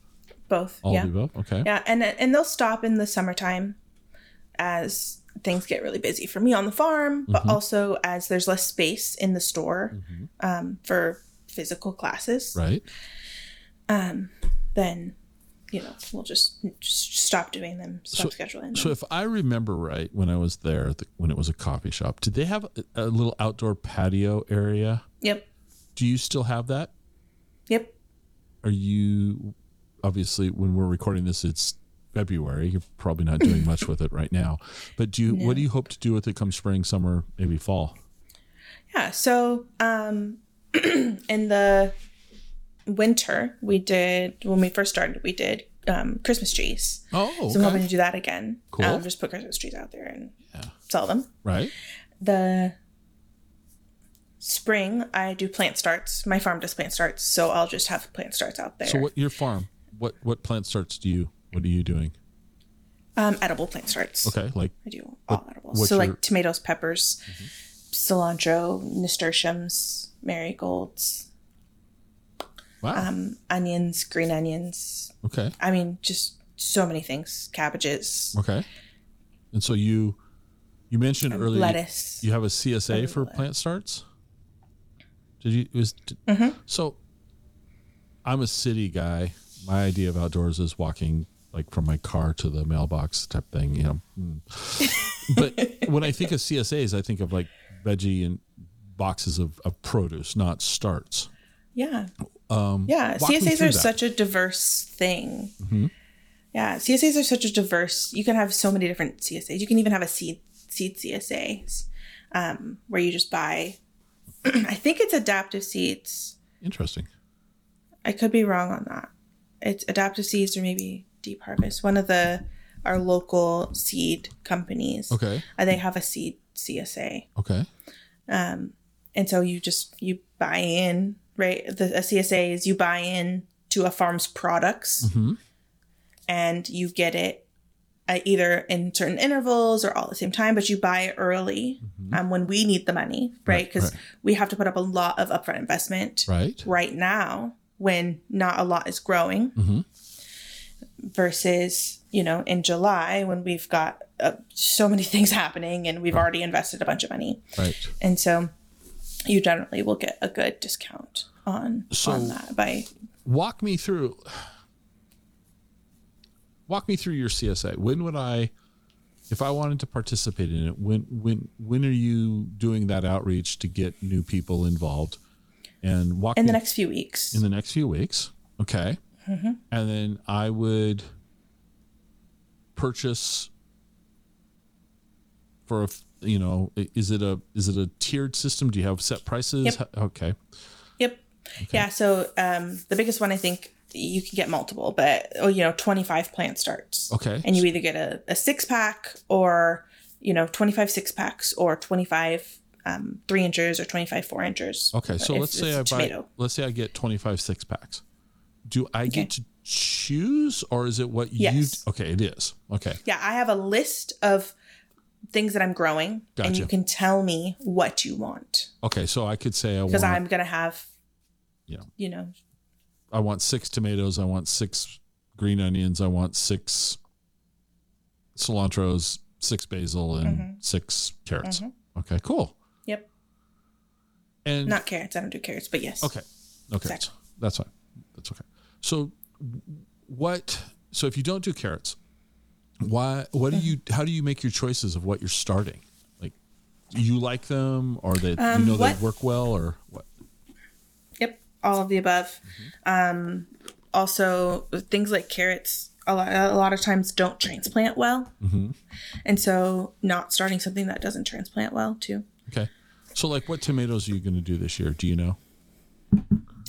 B: Both,
A: all
B: yeah.
A: of the above? Okay.
B: Yeah, and and they'll stop in the summertime as things get really busy for me on the farm, but
A: Mm-hmm.
B: also as there's less space in the store um, for physical classes.
A: Right.
B: Then, you know, we'll just, just stop doing them, stop scheduling.
A: So
B: them.
A: if I remember right, when I was there, the, when it was a coffee shop, did they have a, a little outdoor patio area?
B: Yep,
A: Do you still have that?
B: yep.
A: are you obviously when we're recording this it's february you're probably not doing much with it right now but do you what do you hope to do with it come spring summer maybe fall
B: Yeah. So um, in the winter, we did when we first started, we did um, Christmas trees.
A: oh
B: So I'm hoping to do that again.
A: Cool.
B: Um, just put Christmas trees out there and
A: Yeah.
B: sell them.
A: right
B: the spring I do plant starts. My farm does plant starts, so I'll just have plant starts out there.
A: so what your farm what what plant starts do you what are you doing
B: um, edible plant starts.
A: okay like
B: I do all edibles.
A: what's
B: So
A: your- Mm-hmm.
B: like tomatoes, peppers, cilantro, nasturtiums, marigolds,
A: wow
B: um, onions, green onions.
A: okay
B: I mean, just so many things. Cabbages,
A: okay and so you you mentioned earlier
B: um, lettuce.
A: you have a csa for plant starts did you it was did- so i'm a city guy my idea of outdoors is walking like from my car to the mailbox type thing you know Mm. but when i think of csas i think of like veggie and boxes of, of produce not starts
B: Yeah. yeah.
A: Um, walk me through
B: CSAs are
A: that. Mm-hmm.
B: such a diverse thing. Yeah. CSAs are such a diverse, you can have so many different CSAs. You can even have a seed, seed CSAs um, where you just buy, I think it's adaptive seeds.
A: interesting
B: I could be wrong on that. It's adaptive seeds or maybe deep harvest. One of the, our local seed companies,
A: okay
B: uh, they have a seed CSA.
A: okay
B: and so you just you buy in right the a csa is you buy in to a farm's products
A: Mhm.
B: and you get it uh, either in certain intervals or all at the same time but you buy it early um, when we need the money right
A: Mm-hmm. Right,
B: because
A: right.
B: we have to put up a lot of upfront investment
A: right
B: right now when not a lot is growing
A: Mhm.
B: versus you know in july when we've got uh, so many things happening and we've already invested a bunch of money
A: right
B: and so you generally will get a good discount on
A: So-
B: on that by
A: walk me through walk me through your csa when would i if i wanted to participate in it when when when are you doing that outreach to get new people involved and walk
B: in
A: me
B: the next Mm-hmm. few weeks.
A: in the next few weeks okay and then i would purchase for a f- you know i- is it a is it a tiered system do you have set prices
B: Yep.
A: Ho- okay
B: yep. Yeah. So um, the biggest one I think you can get multiple, but oh, you know, twenty five plant starts.
A: okay
B: And you either get a, a six pack or you know twenty five six packs or twenty five um, three inches or twenty five four inches.
A: Okay, so
B: If
A: let's
B: it's
A: say I buy.
B: tomato.
A: Let's say I get twenty five six packs. Do I
B: Okay.
A: get to choose, or is it what
B: Yes.
A: you? Okay, it is. Okay,
B: Yeah, I have a list of things that I'm growing, and
A: Gotcha.
B: you can tell me what you want
A: okay. So I could say I
B: because
A: want
B: I'm gonna have,
A: Yeah.
B: you know,
A: I want six tomatoes. I want six green onions. I want six cilantro's, six basil, and
B: Mm-hmm.
A: six carrots. Okay, cool.
B: yep,
A: And
B: not carrots. I don't do carrots, but yes,
A: Mm-hmm. Okay. Okay.
B: Exactly.
A: That's fine. That's okay. So what so if you don't do carrots, why what do you how do you make your choices of what you're starting? Like do you like them or they
B: Um,
A: you know
B: what-
A: they work well or what?
B: Yep, all of the above.
A: Mm-hmm.
B: Um, also, things like carrots, a lot, a lot of times don't transplant well,
A: Mhm.
B: and so not starting something that doesn't transplant well too.
A: Okay. So like what tomatoes are you going to do this year? Do you know?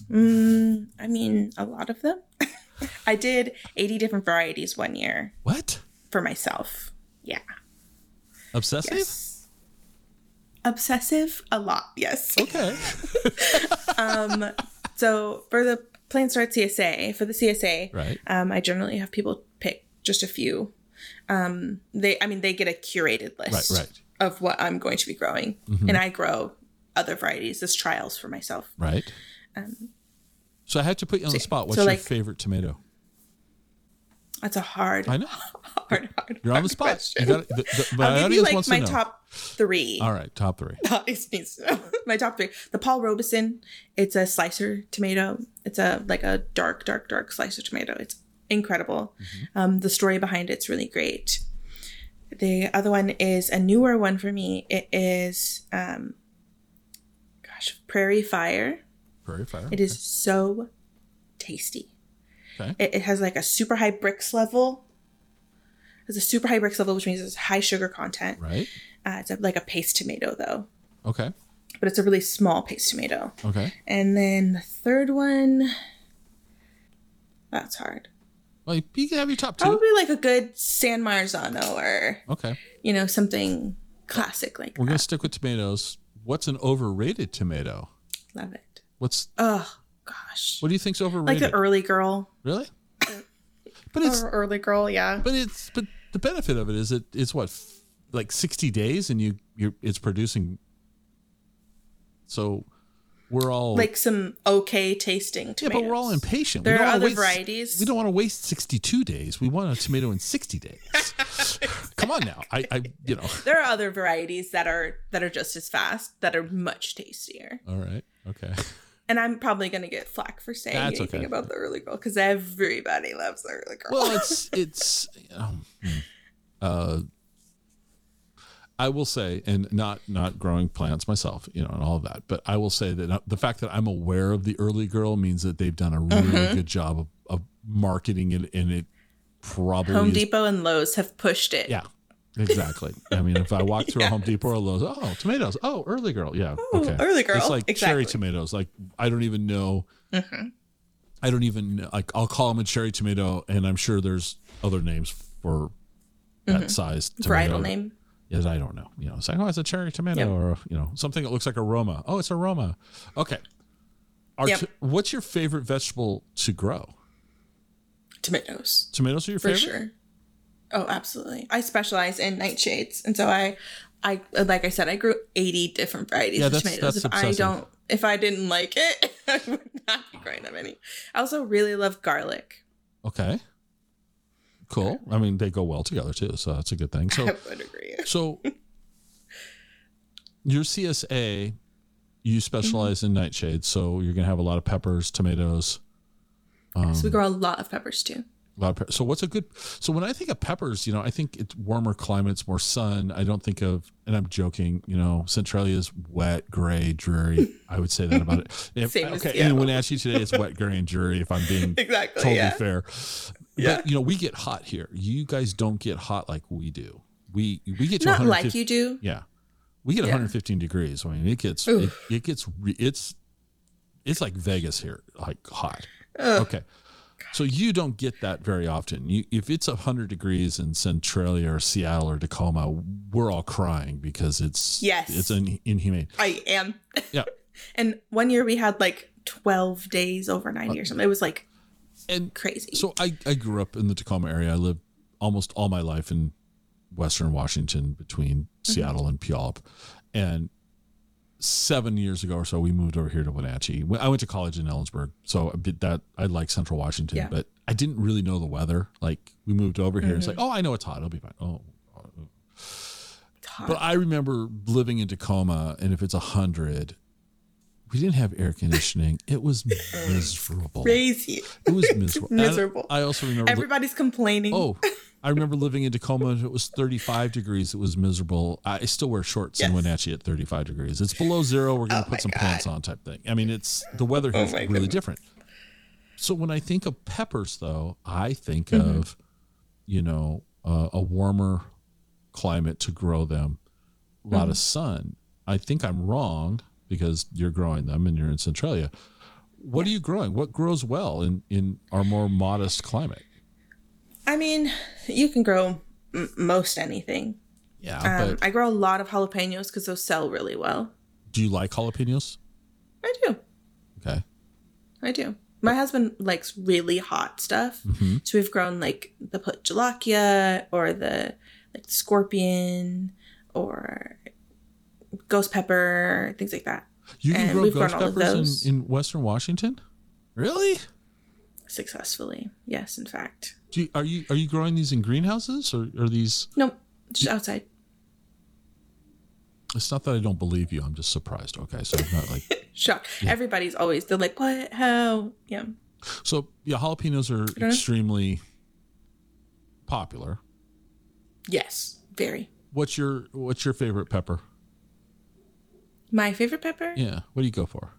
B: Mm, I mean, a lot of them. I did eighty different varieties one year
A: What?
B: for myself. Yeah.
A: Obsessive?
B: Yes. Obsessive, a lot. Yes.
A: Okay.
B: So for the Plan Start CSA, for the CSA,
A: Right.
B: um, I generally have people pick just a few. Um, they, I mean, they get a curated list
A: Right, Mm-hmm. right.
B: of what I'm going to be growing, and I grow other varieties as trials for myself.
A: Right. so I had to put you on the spot. What's
B: Um, so
A: your
B: like-
A: favorite tomato?
B: That's a hard,
A: I know.
B: hard, hard.
A: You're on the
B: hard
A: spot. You
B: question.
A: got the, the, the
B: I'll give
A: audience
B: you like
A: wants
B: my
A: to know.
B: top three.
A: All right, top 3.
B: It needs to know. my top three. The Paul Robeson. It's a slicer tomato. It's a like a dark, dark, dark slicer tomato. It's incredible.
A: Mm-hmm.
B: Um, the story behind it's really great. The other one is a newer one for me. It is, um, gosh, Prairie Fire.
A: Prairie Fire.
B: It is so tasty.
A: Okay.
B: It, it has like a super high bricks level. It's a super high bricks level, which means it's high sugar content.
A: Right.
B: Uh, it's a, like a paste tomato though
A: Okay.
B: but it's a really small paste tomato.
A: Okay.
B: And then the third one, that's hard.
A: Well, you can have your top two.
B: Probably like a good San Marzano or,
A: Okay.
B: you know, something classic like
A: We're going
B: that.
A: to stick with tomatoes. What's an overrated tomato?
B: Love it.
A: What's
B: Oh, gosh.
A: what do you think's
B: Like
A: overrated?
B: the early girl.
A: really? But it's
B: Or early girl, yeah.
A: but it's but the benefit of it is it it's what f- like 60 days and you you are it's producing so we're all
B: Like some okay tasting
A: yeah,
B: tomatoes.
A: but we're all impatient.
B: There
A: we
B: are
A: don't wanna
B: other
A: waste-
B: varieties.
A: We don't want to waste 62 days. We want a tomato in 60 days. Come on now. I, I you know.
B: There are other varieties that are that are just as fast that are much tastier.
A: All right. Okay.
B: And I'm probably gonna get flack for saying
A: That's
B: anything
A: okay.
B: about the early girl because everybody loves the early girl.
A: Well, it's it's um, hmm. uh, I will say, and not not growing plants myself, you know, and all of that, but I will say that uh, the fact that I'm aware of the early girl means that they've done a really good job of, of marketing it, and it probably
B: Home
A: is-
B: Depot and Lowe's have pushed it.
A: Yeah, exactly. I mean, if I walk through a Home Depot or a Lowe's, oh, tomatoes, oh, early girl, yeah,
B: Ooh,
A: okay,
B: Early girl.
A: it's like
B: exactly. Mm-hmm.
A: cherry tomatoes. Like I don't even know. I don't even like. I'll call them a cherry tomato, and I'm sure there's other names for that size tomato.
B: Mm-hmm. Varietal name.
A: Yes, I don't know. You know, it's like oh, it's a cherry tomato,
B: Yep.
A: or you know, something that looks like a Roma. Oh, it's a Roma. Okay. Are
B: Yep.
A: t- what's your favorite vegetable to grow?
B: Tomatoes.
A: Tomatoes are your
B: For
A: favorite.
B: sure. Oh, absolutely. I specialize in nightshades. And so I I like I said, I grew eighty different varieties
A: Yeah,
B: of
A: that's-
B: tomatoes.
A: that's
B: if I
A: obsessive.
B: don't if I didn't like it, I would not be growing that many. I also really love garlic.
A: Okay. Cool. I mean, they go well together too, so that's a good thing. So
B: I would agree.
A: So your CSA, you specialize
B: Mm-hmm.
A: in nightshade, so you're gonna have a lot of peppers, tomatoes, Um,
B: so we grow a lot of peppers too.
A: a lot of pe- so what's a good so when I think of peppers, you know, I think it's warmer climates, more sun. I don't think of and I'm joking, you know, Centralia's wet, gray, dreary. I would say that about it. If-
B: Same as
A: okay,
B: Seattle.
A: and Wenatchee today it's wet, gray, and dreary if I'm being
B: Exactly.
A: totally
B: yeah.
A: fair.
B: Yeah.
A: But you know, we get hot here. You guys don't get hot like we do. We we get to
B: Not
A: 150
B: like you do.
A: yeah, we get
B: Yeah.
A: 115 degrees. I mean, it gets it,
B: Oof.
A: it gets re- it's it's like Vegas here, like hot.
B: Ugh.
A: Okay, so you don't get that very often. You if it's 100 degrees in Centralia or Seattle or Tacoma, we're all crying because it's
B: Yes.
A: it's un- inhumane.
B: I am.
A: Yeah.
B: and one year we had like 12 days over 90 or something. It was like
A: And
B: crazy.
A: So I, I grew up in the Tacoma area. I lived almost all my life in Western Washington between
B: Mm-hmm.
A: Seattle and Puyallup. And seven years ago or so, we moved over here to Wenatchee. When- I went to college in Ellensburg, so I did that. I like Central Washington,
B: Yeah.
A: but I didn't really know the weather. Like we moved over here,
B: Mm-hmm.
A: it's like, oh, I know it's hot. It'll be fine. Oh,
B: It's hot.
A: but I remember living in Tacoma, and if it's a hundred, we didn't have air conditioning. It was miserable. It
B: crazy.
A: was miserable. And
B: miserable.
A: I also remember.
B: Everybody's complaining.
A: Oh, I remember living in Tacoma. It was 35 degrees. It was miserable. I I still wear shorts in
B: Yes. Oh
A: Wenatchee at 35 degrees. It's below zero. We're going to put some pants on, type thing. I mean, it's the weather here is
B: my
A: really
B: goodness.
A: different. So when I think of peppers, though, I think
B: Mm-hmm.
A: of, you know, uh, a warmer climate to grow them, a
B: Mm-hmm.
A: lot of sun. I think I'm wrong because you're growing them and you're in Centralia. What are you growing? What grows well in in our more modest climate?
B: I mean, you can grow m- most anything.
A: Yeah,
B: Um, I grow a lot of jalapenos because those sell really well.
A: Do you like jalapenos?
B: I do.
A: Okay.
B: I do. My husband likes really hot stuff.
A: Mhm.
B: So we've grown like the put gelakia or the like scorpion or ghost pepper, things like that.
A: You can
B: And
A: grow
B: we've
A: ghost
B: grown all of
A: peppers
B: those.
A: in, in Western Washington? Really?
B: Successfully. Yes, in fact.
A: Do you, are you are you growing these in greenhouses or are these?
B: Nope. Just outside.
A: It's not that I don't believe you. I'm just surprised. Okay, so I'm not like
B: Shock. Everybody's always they're like, What? How? Yeah.
A: so. Yeah, jalapenos are
B: know.
A: extremely popular.
B: Yes. Very.
A: What's your What's your favorite pepper?
B: My favorite pepper?
A: Yeah, what do you go for?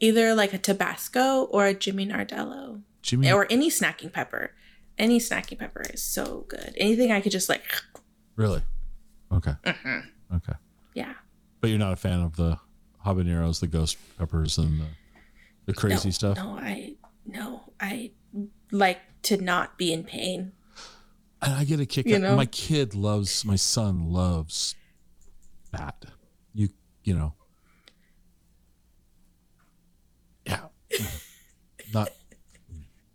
B: Either like a Tabasco or a Jimmy Nardello.
A: Jimmy.
B: Or any snacking pepper. Any snacking pepper is so good. Anything I could just like
A: really? Okay.
B: Mm-hmm.
A: Okay.
B: yeah.
A: But you're not a fan of the habaneros, the ghost peppers, and the, the crazy
B: no,
A: stuff.
B: No, I no, I like to not be in pain.
A: And I get a kick
B: You
A: out.
B: know?
A: My kid loves, my son loves that. You, you know. Yeah. Not,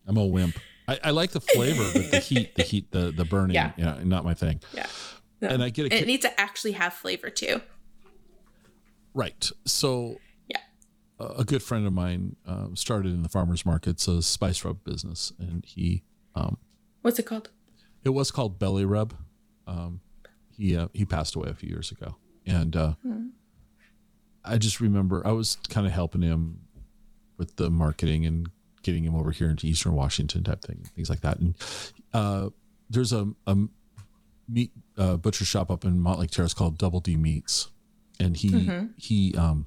A: I'm a wimp. I, I like the flavor, but the heat, the heat, the, the burning,
B: Yeah.
A: you know, not my thing.
B: Yeah. No.
A: And I get a
B: it
A: kick.
B: needs to actually have flavor too.
A: Right. So,
B: Yeah.
A: a a good friend of mine um, started in the farmer's markets a spice rub business, and he, um,
B: What's it called?
A: It was called Belly Rub. Um, he uh, he passed away a few years ago, and uh, I just remember I was kind of helping him with the marketing and getting him over here into Eastern Washington type thing, things like that. And uh, there's a, a meat uh, butcher shop up in Montlake Terrace called Double D Meats, and he he um,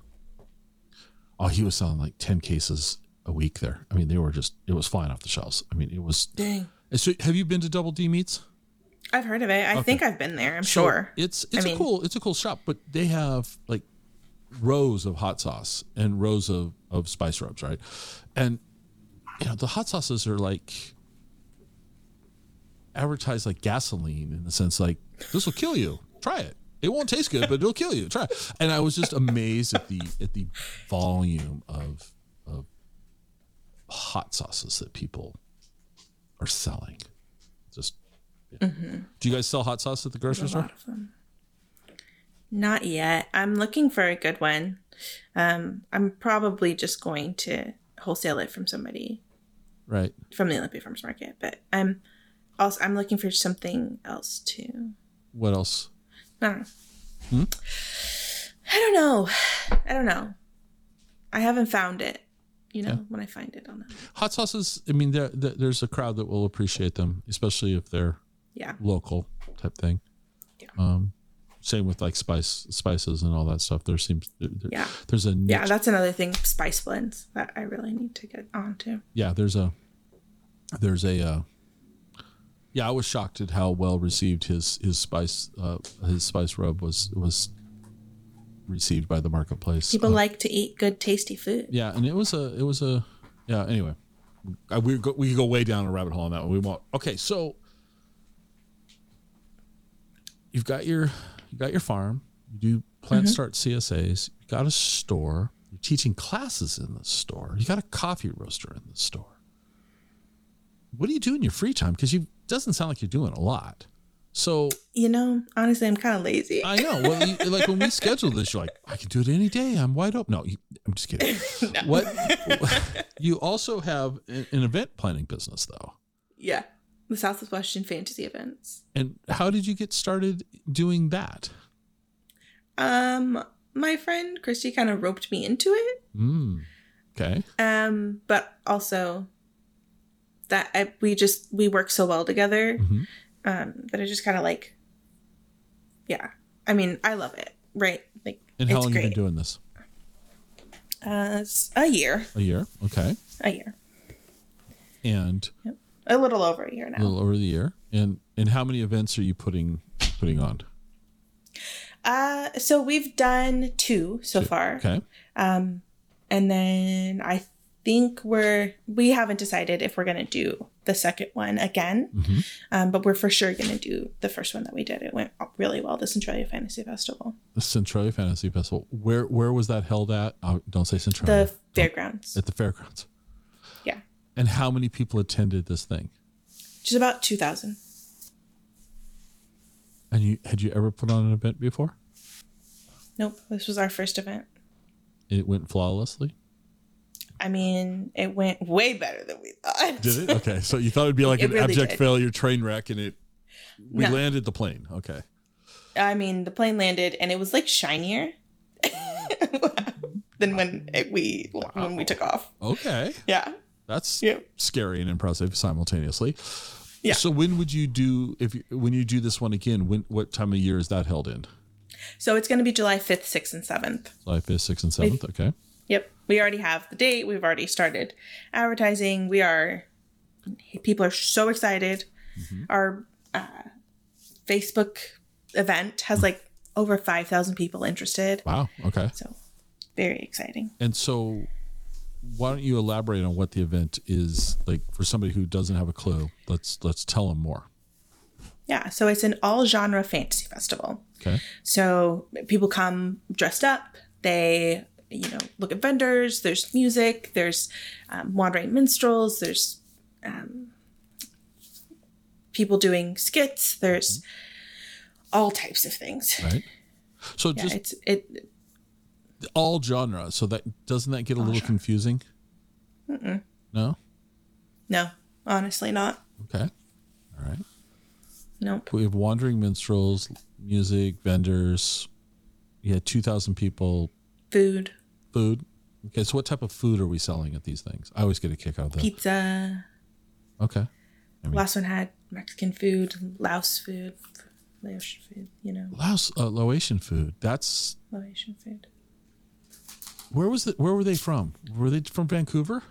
A: oh he was selling like ten cases a week there. I mean they were just it was flying off the shelves. I mean it was.
B: Dang.
A: So have you been to Double D Meats?
B: I've heard of it. I think I've been there. I'm
A: So
B: sure.
A: It's it's a
B: mean-
A: cool it's a cool shop, but they have like rows of hot sauce and rows of of spice rubs, right? And you know the hot sauces are like advertised like gasoline in the sense like this will kill you. Try it. It won't taste good, but it'll kill you. Try. It. And I was just amazed at the at the volume of of hot sauces that people are selling. Just yeah. do you guys sell hot sauce at the grocery store?
B: Mm-hmm. lot of them. Not yet. I'm looking for a good one. Um, I'm probably just going to wholesale it from somebody
A: Right.
B: from the Olympia Farmers Market, but I'm also I'm looking for something else too.
A: What else?
B: I don't know. I don't know. I don't know. I haven't found it. You know, when I find it, I'll know.
A: Hot sauces. I mean, there, there, there's a crowd that will appreciate them, especially if they're
B: Yeah.
A: local type thing.
B: Yeah.
A: Um, same with like spice spices and all that stuff. There seems there, there-
B: Yeah.
A: there's a niche,
B: Yeah, that's another thing. Spice blends that I really need to get onto.
A: yeah there's a there's a uh, yeah. I was shocked at how well received his his spice uh, his spice rub was was received by the marketplace.
B: People like to eat good, tasty food.
A: yeah and it was a it was a yeah anyway I, we go, we could go way down a rabbit hole on that one we won't okay so you've got your you got your farm you do plant start csas you got a store you're teaching classes in the store you got a coffee roaster in the store what do you do in your free time? Because you doesn't sound like you're doing a lot. So
B: You know, honestly, I'm kind of lazy.
A: I know. Well, you, like when we scheduled this, you're like, I can do it any day. I'm wide open. No, you, I'm just kidding.
B: No.
A: What? You also have an an event planning business, though.
B: yeah. The Southwestern fantasy events.
A: And how did you get started doing that?
B: Um, my friend Christy kind of roped me into it.
A: Mm. Okay.
B: um but also that I, we just we work so well together
A: Mhm.
B: um that i just kind of like yeah i mean i love it right like
A: And how
B: it's
A: long
B: great
A: you been doing this?
B: uh it's a year
A: A year. Okay.
B: a year
A: And
B: a little over a year now
A: a little over the year. And and how many events are you putting putting on?
B: uh so we've done two so far
A: Okay.
B: um and then i think we're we haven't decided if we're gonna do the second one again
A: Mhm.
B: um, but we're for sure gonna do the first one that we did it went really well the centralia fantasy festival
A: The Centralia Fantasy Festival. Where where was that held at? Oh, don't say Centralia.
B: the fairgrounds
A: at the fairgrounds.
B: yeah
A: And how many people attended this thing?
B: just about 2000
A: And you had you ever put on an event before?
B: nope this was our first event
A: It went flawlessly.
B: i mean it went way better than we thought
A: Did it? Okay. So you thought it'd be like
B: It
A: an
B: really
A: abject
B: did.
A: failure train wreck and it we
B: No.
A: landed the plane. Okay.
B: i mean the plane landed and it was like shinier than when it, we when we took off
A: Okay.
B: yeah
A: That's
B: Yeah.
A: scary and impressive simultaneously.
B: Yeah.
A: So when would you do if you, when you do this one again? When what time of year is that held in?
B: so it's going to be july 5th 6th and 7th
A: July fifth, sixth, and seventh. Okay.
B: Yep. We already have the date. We've already started advertising. We are, people are so excited.
A: Mm-hmm.
B: Our uh, Facebook event has like over 5,000 people interested.
A: Wow. Okay.
B: So very exciting.
A: And so, why don't you elaborate on what the event is like for somebody who doesn't have a clue? Let's let's tell them more.
B: Yeah. So it's an all genre fantasy festival.
A: Okay.
B: So people come dressed up. They, you know, look at vendors. There's music. There's um, wandering minstrels. There's um, people doing skits. There's all types of things.
A: Right. So
B: Yeah,
A: just
B: it's it.
A: all genre. So that doesn't that get a little confusing? No.
B: No, honestly, not.
A: Okay. All right.
B: Nope.
A: We have wandering minstrels, music vendors. You had two thousand people.
B: Food,
A: Food. Okay. So what type of food are we selling at these things? I always get a kick out of that.
B: pizza.
A: Okay.
B: Last one had Mexican food, Laos food, Laotian food. You know,
A: Laos, uh, Laotian food. That's
B: Laotian food.
A: where was the, Where were they from? Were they from Vancouver?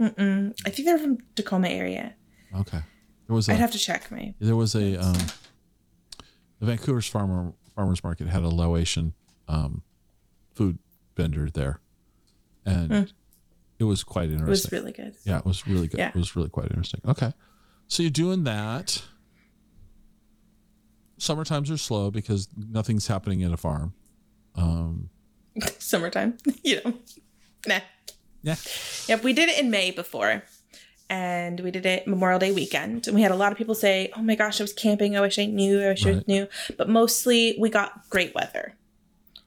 B: I think they're from Tacoma area.
A: Okay. There was a
B: I'd have to check my
A: there was a um, the Vancouver's farmer farmers market had a Laotian um, food vendor there, and it was quite
B: Hmm. It was
A: interesting.
B: really good.
A: yeah, it was really good.
B: Yeah.
A: It was really quite interesting. Okay, so you're doing that. Summer times are slow because nothing's happening at a farm.
B: summertime. you know, nah.
A: Yeah.
B: Yep, we did it in May before, and we did it Memorial Day weekend, and we had a lot of people say, "Oh my gosh, I was camping. I wish I knew. I wish I
A: Right.
B: knew." But mostly, we got great weather,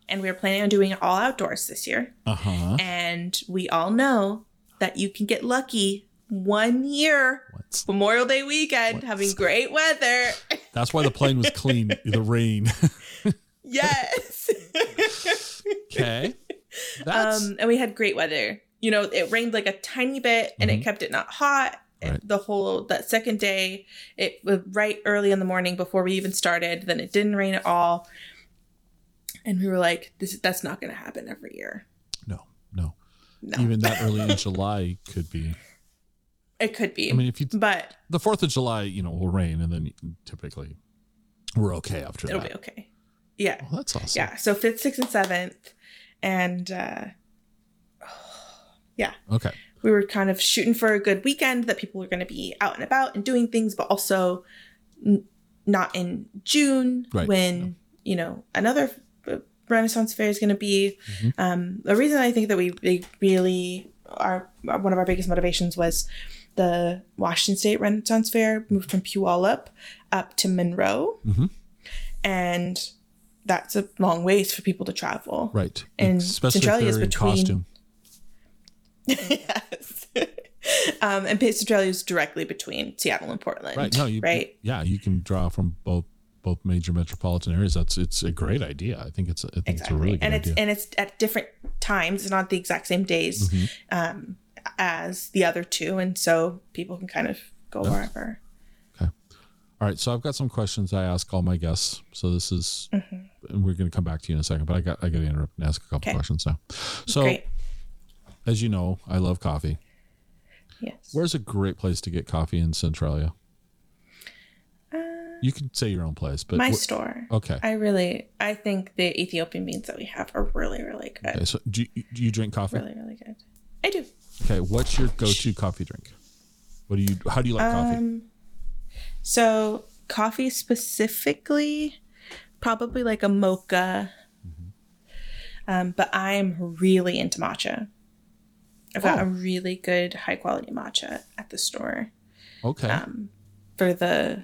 B: and we were planning on doing it all outdoors this year.
A: Uh huh.
B: And we all know that you can get lucky one year. Memorial Day weekend, having great weather.
A: That's why the plane was clean. the rain.
B: yes.
A: Okay. That's
B: um, and we had great weather. You know, it rained like a tiny bit, and it kept it not hot. And
A: Mm-hmm. Right.
B: The whole that second day, it was right early in the morning before we even started. Then it didn't rain at all, and we were like, "This that's not going to happen every year."
A: no, no.
B: No,
A: Even that early in July could be.
B: it could be,
A: I mean, if you
B: but
A: the Fourth of July, you know, will rain, and then typically we're okay after
B: it'll
A: that.
B: be okay. Yeah,
A: Well, that's awesome.
B: yeah. So fifth, sixth, and seventh, and uh,
A: Okay.
B: we were kind of shooting for a good weekend that people were going to be out and about and doing things, but also n- not in June
A: Right.
B: when you know another uh, Renaissance fair is going to be.
A: Mhm.
B: Um, the reason I think that we, we really are one of our biggest motivations was the Washington State Renaissance Fair, moved from Puyallup up to Monroe.
A: Mhm.
B: And that's a long ways for people to travel.
A: Right.
B: And
A: especially if
B: Centralia is
A: they're in
B: between-
A: costume.
B: yes. um, and Centralia is directly between Seattle and Portland.
A: Right. No, you
B: right.
A: yeah, you can draw from both both major metropolitan areas. That's it's a great idea. I think it's a- I think it's a really good
B: and it's
A: idea.
B: and it's at different times. It's not the exact same days
A: Mm-hmm.
B: um, as the other two, and so people can kind of go wherever.
A: All right, so I've got some questions I ask all my guests. So this is, and we're going to come back to you in a second, but I got I got to interrupt and ask a couple
B: Mm-hmm. Okay.
A: questions now. So
B: Great.
A: as you know, I love coffee.
B: Yes.
A: Where's a great place to get coffee in Centralia? you can say your own place, but
B: Uh, My
A: wh-
B: store.
A: okay.
B: I really, I think the Ethiopian beans that we have are really, really good.
A: okay. So do you, do you drink coffee?
B: Really, really good. I do.
A: Okay. What's your go-to coffee drink? What do you? How do you like coffee?
B: Um, so coffee specifically, probably like a mocha.
A: Mm-hmm.
B: Um, but I'm really into matcha. I've got
A: Oh.
B: a really good high quality matcha at the store
A: Okay.
B: for the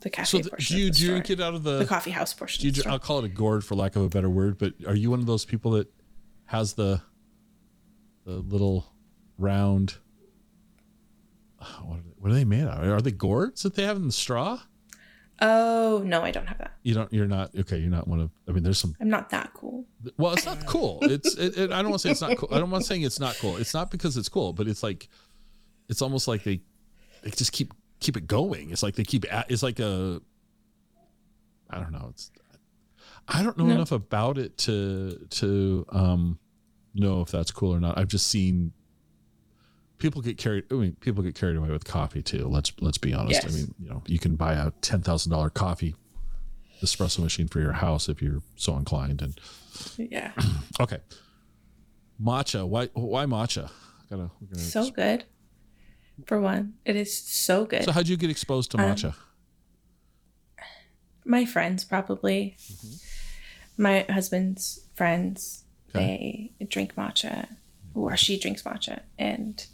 B: the
A: so
B: cafe
A: th-
B: portion.
A: do you
B: of um, the
A: drink
B: store.
A: it out of
B: The coffee house portion.
A: Do oh. you,
B: of
A: dr-
B: the store.
A: I'll call it a gourd for lack of a better word, but are you one of those people that has the the little round? What are they, what are they made out? of? Are they gourds that they have in the straw?
B: Oh no, I don't have that.
A: You don't. You're not okay. You're not one of. I mean, there's some.
B: I'm not that cool.
A: Well, it's not cool. It's. It, it, I don't want to say it's not cool. I don't want to saying it's not cool. It's not because it's cool, but it's like, it's almost like they, they just keep keep it going. It's like they keep. At, it's like a. I don't know. It's. I don't know
B: No.
A: enough about it to to um, know if that's cool or not. I've just seen. People get carried. I mean, people get carried away with coffee too. Let's let's be honest. I
B: Yes.
A: mean, you know, you can buy a ten thousand dollar coffee espresso machine for your house if you're so inclined, and
B: Yeah,
A: Okay. Matcha. Why? Why matcha? Gotta, we're gonna,
B: so good. For one, it is so good.
A: so how'd you get exposed to
B: Um,
A: matcha?
B: my friends probably my husband's friends they drink matcha or she drinks matcha and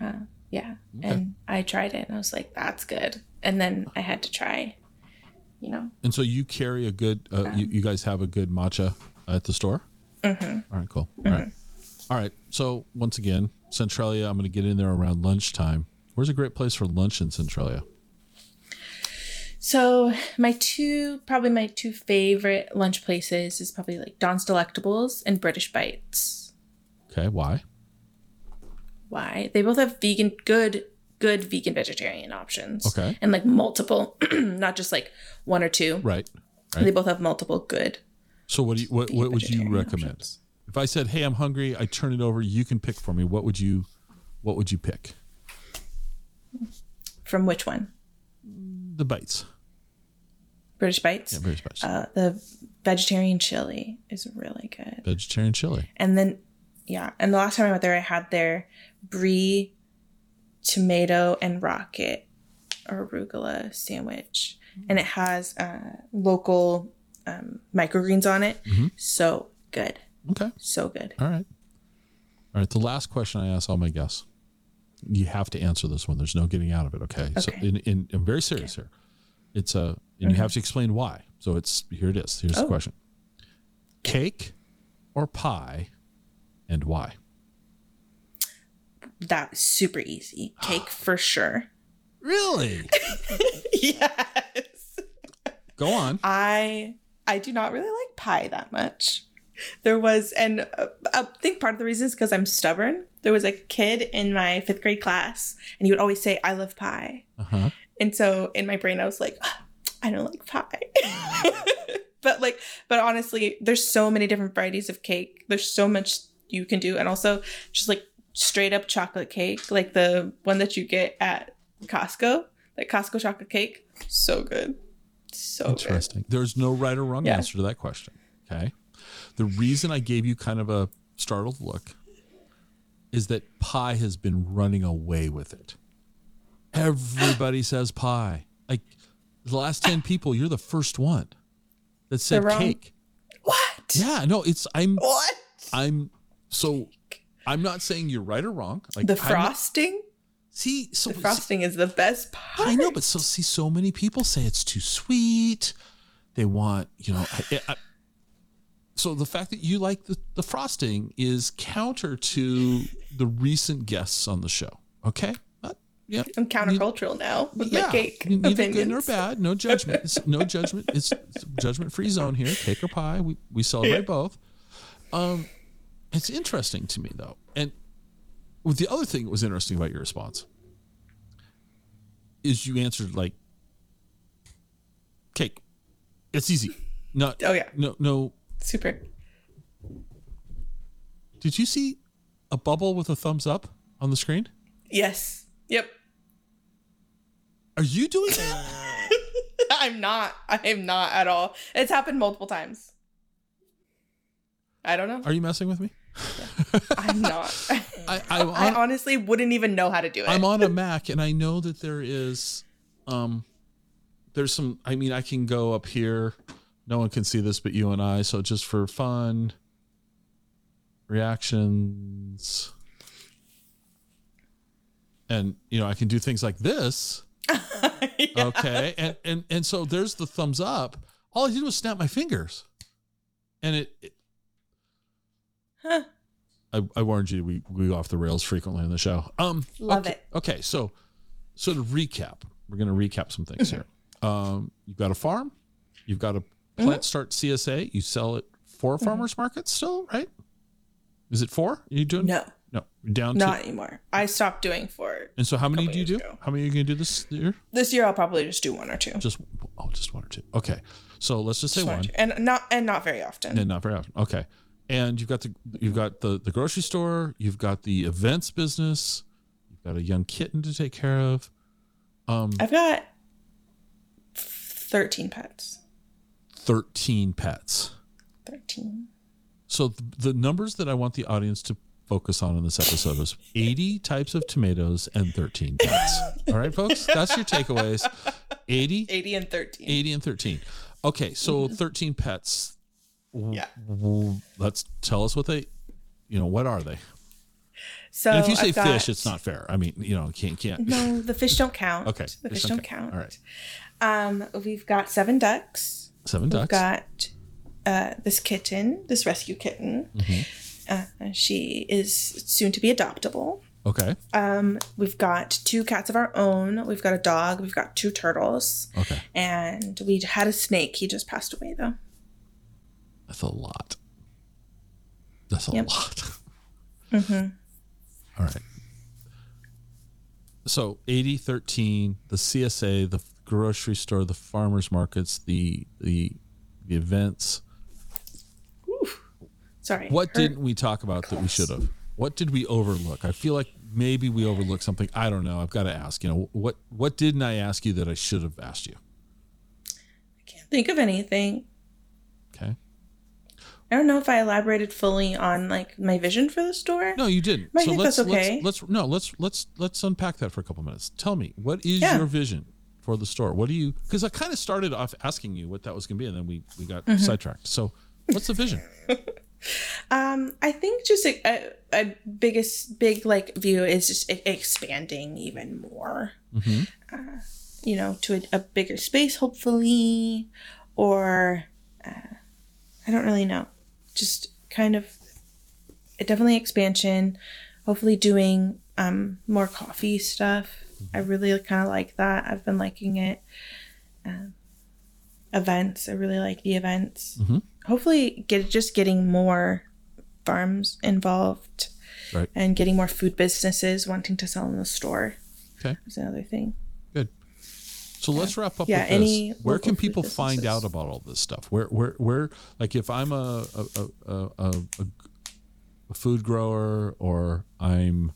B: uh, yeah and i tried it and i was like that's good and then i had to try you know
A: and so you carry a good. Uh,
B: um,
A: you, you guys have a good matcha at the store.
B: Mm-hmm.
A: All right. Cool. All right. All right. So once again, Centralia. I'm going to get in there around lunchtime. Where's a great place for lunch in Centralia?
B: so my two probably my two favorite lunch places is probably like don's delectables and british bites
A: Okay. Why?
B: why they both have vegan good good vegan vegetarian options
A: Okay.
B: and like multiple not just like one or two
A: Right.
B: They both have multiple good.
A: So what do you, what
B: vegan
A: what would you
B: vegetarian
A: recommend?
B: options.
A: If I said, "Hey, I'm hungry. I turn it over. You can pick for me." What would you What would you pick?
B: From which one?
A: The bites.
B: British Bites.
A: Yeah, very spicy.
B: uh, the vegetarian chili is really good.
A: Vegetarian chili.
B: And then, yeah. And the last time I went there, I had their brie, tomato, and rocket arugula sandwich, and it has uh, local um, microgreens on it.
A: Mm-hmm.
B: So good,
A: Okay.
B: so good.
A: All right. All right. The last question I ask all my guests. You have to answer this one. There's no getting out of it. Okay. So,
B: Okay. Mm-hmm.
A: in, in, I'm very serious here. It's a, and you have to explain why. So it's here. It is. Here's the
B: Oh.
A: question: cake or pie, and why?
B: That's super easy. Cake for sure.
A: Really?
B: yes.
A: Go on.
B: I I do not really like pie that much. There was, and uh, I think part of the reason is because I'm stubborn. There was a kid in my fifth grade class, and he would always say, "I love pie,"
A: Uh huh.
B: and so in my brain, I was like, "Ah, "I don't like pie." but like, but honestly, there's so many different varieties of cake. There's so much you can do, and also just like straight up chocolate cake, like the one that you get at Costco, like Costco chocolate cake, so good, so good.
A: Interesting. Uh, There's no right or wrong
B: Yeah.
A: answer to that question. Okay. The reason I gave you kind of a startled look is that pie has been running away with it. Everybody says pie. Like the last 10 people, you're the first one that said
B: They're wrong.
A: cake.
B: What?
A: Yeah, no, it's I'm
B: What?
A: I'm so I'm not saying you're right or wrong. Like
B: The
A: I'm not-
B: frosting?
A: See, so
B: The frosting is the best part.
A: I know, but so see, so many people say it's too sweet. They want, you know. I, I, so the fact that you like the, the frosting is counter to the recent guests on the show. Okay, Not- yeah,
B: I'm countercultural now with
A: yeah.
B: my cake
A: Neither good nor
B: opinions.
A: bad. No judgment. It's no judgment. It's judgment free zone here. Cake or pie. We we celebrate both. Um, it's interesting to me though, and with the other thing that was interesting about your response is you answered like cake. It's easy. Not
B: Oh yeah,
A: no no.
B: super.
A: Did you see a bubble with a thumbs up on the screen?
B: Yes. Yep.
A: Are you doing that?
B: I'm not. I am not at all. It's happened multiple times. I don't know.
A: Are you messing with me?
B: I'm not.
A: I, I'm
B: I
A: on,
B: honestly wouldn't even know how to do it.
A: Uh, I'm on a Mac and I know that there is um there's some I mean I can go up here. No one can see this but you and I, so just for fun. Reactions. And you know, I can do things like this.
B: Yeah.
A: Okay. And and and so there's the thumbs up. All I did was snap my fingers. And it, it-
B: Huh.
A: I, I warned you we we go off the rails frequently on the show. Um
B: Love
A: okay,
B: it.
A: Okay, so so to recap, we're gonna recap some things here. Um you've got a farm, you've got a
B: Mm-hmm.
A: plant start CSA, you sell it for farmers markets still, right? Is it four? Are you doing
B: No,
A: no down
B: not
A: to
B: anymore. I stopped doing four.
A: and so how many
B: couple
A: do you do?
B: years ago.
A: How many are you gonna do this year?
B: This year I'll probably just do one or two.
A: Just oh just one or two. Okay. So let's just say
B: Just one or
A: one.
B: two. And not and not very often.
A: And not very often. Okay. And you've got the you've got the the grocery store, you've got the events business, you've got a young kitten to take care of. Um
B: I've got thirteen pets.
A: 13 pets.
B: Thirteen.
A: So th- the numbers that I want the audience to focus on in this episode is 80 types of tomatoes and 13 pets. All right, folks? That's your takeaways. 80
B: Eighty and thirteen.
A: 80 and 13 okay so 13 pets W-
B: Yeah.
A: w- let's tell us what they you know what are they
B: So
A: and if you say
B: Oh, I've got-
A: fish it's not fair i mean you know can't can't
B: No, the fish don't count.
A: okay
B: The
A: fish
B: fish, don't count.
A: all right
B: Um we've got seven ducks.
A: seven
B: We've
A: ducks
B: got uh, this kitten, this rescue kitten.
A: Mm-hmm.
B: Uh, she is soon to be adoptable.
A: okay
B: Um, we've got two cats of our own. We've got a dog. We've got two turtles,
A: okay
B: and we had a snake. He just passed away though.
A: that's a lot that's a
B: Yep. Mm-hmm.
A: lot All right so 80 13 the csa the grocery store the farmers markets the the the events
B: Sorry.
A: What
B: her-
A: didn't we talk about that we should have? What did we overlook? I feel like maybe we overlooked something. I don't know. I've got to ask. You know what? What didn't I ask you that I should have asked you?
B: I can't think of anything.
A: Okay.
B: I don't know if I elaborated fully on like my vision for the store.
A: No, you didn't.
B: I think
A: let's
B: that's okay.
A: let's let's no let's let's let's unpack that for a couple minutes. Tell me what is
B: Yeah.
A: your vision for the store? What do you? Because I kind of started off asking you what that was going to be, and then we we got
B: Mm-hmm.
A: sidetracked. So what's the vision?
B: Um, I think just a, a, a biggest big like view is just e- expanding even more.
A: Mhm.
B: Uh, you know, to a, a bigger space, hopefully, or uh, I don't really know. Just kind of definitely expansion. Hopefully, doing um, more coffee stuff. I really kind of like that. I've been liking it. Um, events. I really like the events hopefully get just getting more farms involved
A: Right.
B: and getting more food businesses wanting to sell in the store
A: Okay.
B: is another thing
A: Good. So let's wrap up
B: Yeah,
A: with
B: any
A: this. Where
B: local
A: can
B: food
A: people find
B: businesses.
A: out about all this stuff? Where, where, where? Like, if I'm a a, a, a, a, a food grower, or I'm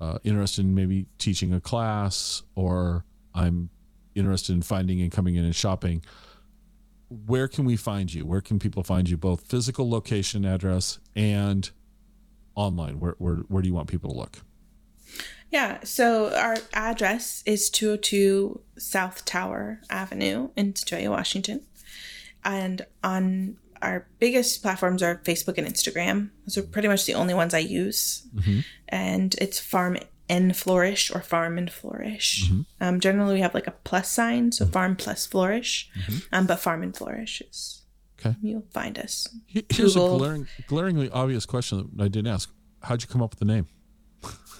A: uh, interested in maybe teaching a class, or I'm interested in finding and coming in and shopping, where can we find you? Where can people find you? Both physical location address and online. Where, where, where do you want people to look?
B: yeah so our address is 202 south tower avenue in Sedalia, washington and on our biggest platforms are facebook and instagram those are pretty much the only ones i use and it's farm and flourish or farm and flourish.
A: Mhm.
B: Um, generally, we have like a plus sign, so farm plus flourish,
A: Mhm.
B: um, but farm and flourish is.
A: 'Kay.
B: You'll find us.
A: He- Here's a
B: Google.
A: glaring, glaringly obvious question that I didn't ask. How'd you come up with the name?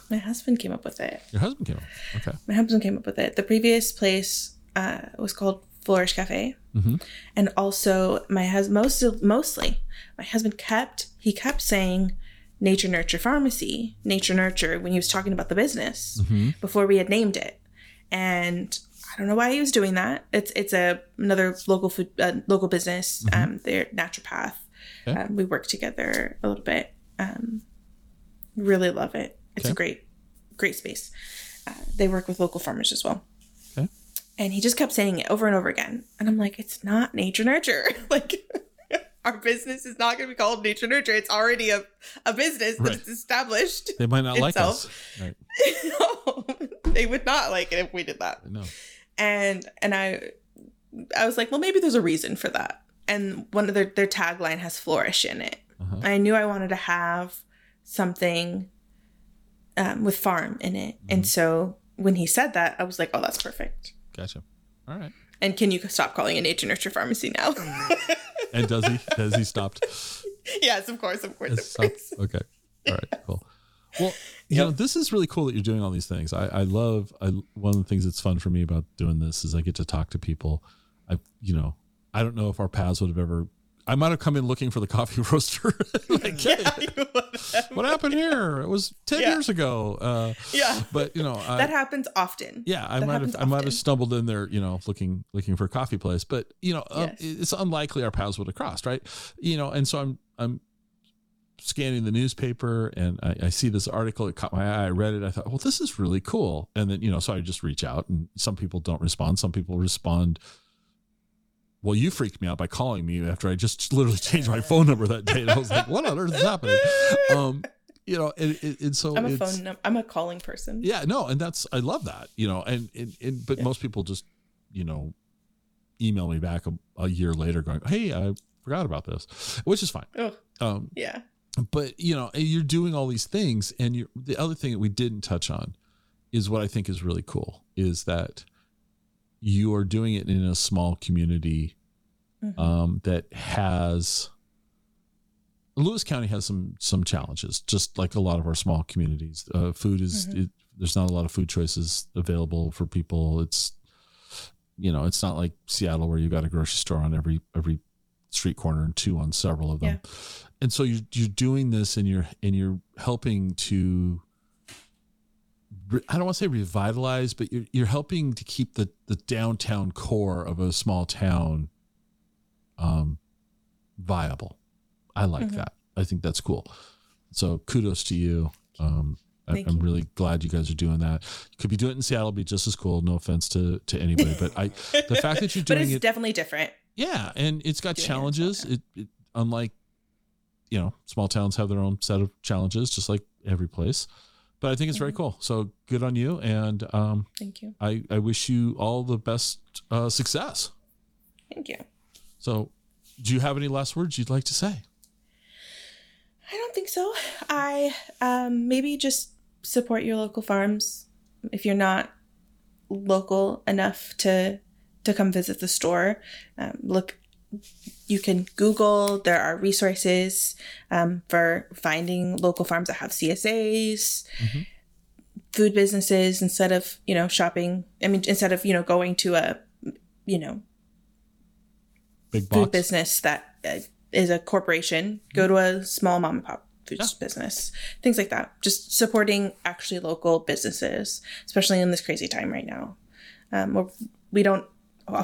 B: My husband came up with it.
A: Your husband came up. with it. Okay.
B: My husband came up with it. The previous place uh, was called Flourish Cafe,
A: Mhm.
B: and also my husband most mostly my husband kept he kept saying Nature Nurture Pharmacy, Nature Nurture when he was talking about the business before we had named it, and I don't know why he was doing that. It's it's a another local food uh, local business. Um, they're naturopath.
A: Mm-hmm. Okay.
B: Um, we work together a little bit. Um, really love it. It's
A: Okay.
B: a great great space. Uh, they work with local farmers as well.
A: Okay.
B: And he just kept saying it over and over again. And I'm like, it's not nature nurture. like our business is not going to be called nature nurture. It's already a, a business
A: Right.
B: that's established.
A: They might not like
B: Itself.
A: us. Right.
B: No, they would not like it if we did that.
A: No.
B: And and I I was like, well, maybe there's a reason for that. And one of their their tagline has flourish in it.
A: Uh-huh.
B: I knew I wanted to have something um, with farm in it. And
A: Mm-hmm.
B: so when he said that, I was like, oh, that's perfect.
A: Gotcha. All right.
B: And can you stop calling it nature nurture pharmacy now?
A: And does he? Has he stopped?
B: yes, of course, of course,
A: Has
B: of
A: stopped?
B: course.
A: Okay. All right. Cool. Well, you know, this is really cool that you're doing all these things. I, I love. I one of the things that's fun for me about doing this is I get to talk to people. I, you know, I don't know if our paths would have ever. I might have come in looking for the coffee roaster. like, hey,
B: Yeah, you would have.
A: what happened here? It was ten
B: Yeah.
A: years ago. Uh,
B: Yeah.
A: but you know, I,
B: that happens often.
A: yeah, I
B: That
A: might have
B: happens
A: I might
B: often.
A: have stumbled in there, you know, looking looking for a coffee place, but you know, uh,
B: Yes.
A: it's unlikely our paths would have crossed, right? You know, and so I'm I'm scanning the newspaper and I, I see this article. It caught my eye. I read it. I thought, well, this is really cool. And then you know, so I just reach out, and some people don't respond. Some people respond. Well, you freaked me out by calling me after I just literally changed my phone number that day. And I was like, what on earth is happening? Um, you know, and, and, and so
B: I'm a
A: it's,
B: phone num- I'm a calling person.
A: yeah, no, and that's I love that, you know, and and, and but
B: Yeah.
A: most people just, you know, email me back a, a year later going, "Hey, I forgot about this," which is fine.
B: Ugh,
A: Um,
B: yeah.
A: but you know, you're doing all these things, and you the other thing that we didn't touch on is what I think is really cool is that you are doing it in a small community
B: Mhm.
A: um, that has Lewis County has some some challenges, just like a lot of our small communities. Uh, food is
B: Mhm.
A: it, there's not a lot of food choices available for people. It's you know it's not like Seattle where you got a grocery store on every every street corner and two on several of them. And so you you're doing this and you're and you're helping to re- I don't want to say revitalize, but you're you're helping to keep the the downtown core of a small town um, viable. I like
B: Mhm.
A: that. I think that's cool. So kudos to you. Um, I,
B: Thank
A: I'm
B: you.
A: really glad you guys are doing that. You could be doing it in Seattle, it'd be just as cool. No offense to to anybody, but I the fact that you're
B: but
A: doing
B: it's
A: it,
B: definitely different.
A: yeah, and it's got
B: doing it in small
A: challenges.
B: town.
A: It, it unlike you know small towns have their own set of challenges, just like every place. But I think it's very
B: Mhm.
A: cool. So good on you, and um,
B: Thank you.
A: I I wish you all the best uh, success.
B: Thank you.
A: So, do you have any last words you'd like to say?
B: I don't think so. I um, maybe just support your local farms if you're not local enough to to come visit the store. Um, look, you can Google. There are resources um, for finding local farms that have CSAs.
A: Mhm.
B: Food businesses instead of you know shopping. I mean, instead of you know going to a you know
A: Big
B: food
A: box.
B: business that uh, is a corporation go to a small mom and pop food
A: Yeah.
B: business things like that just supporting actually local businesses especially in this crazy time right now um, where we don't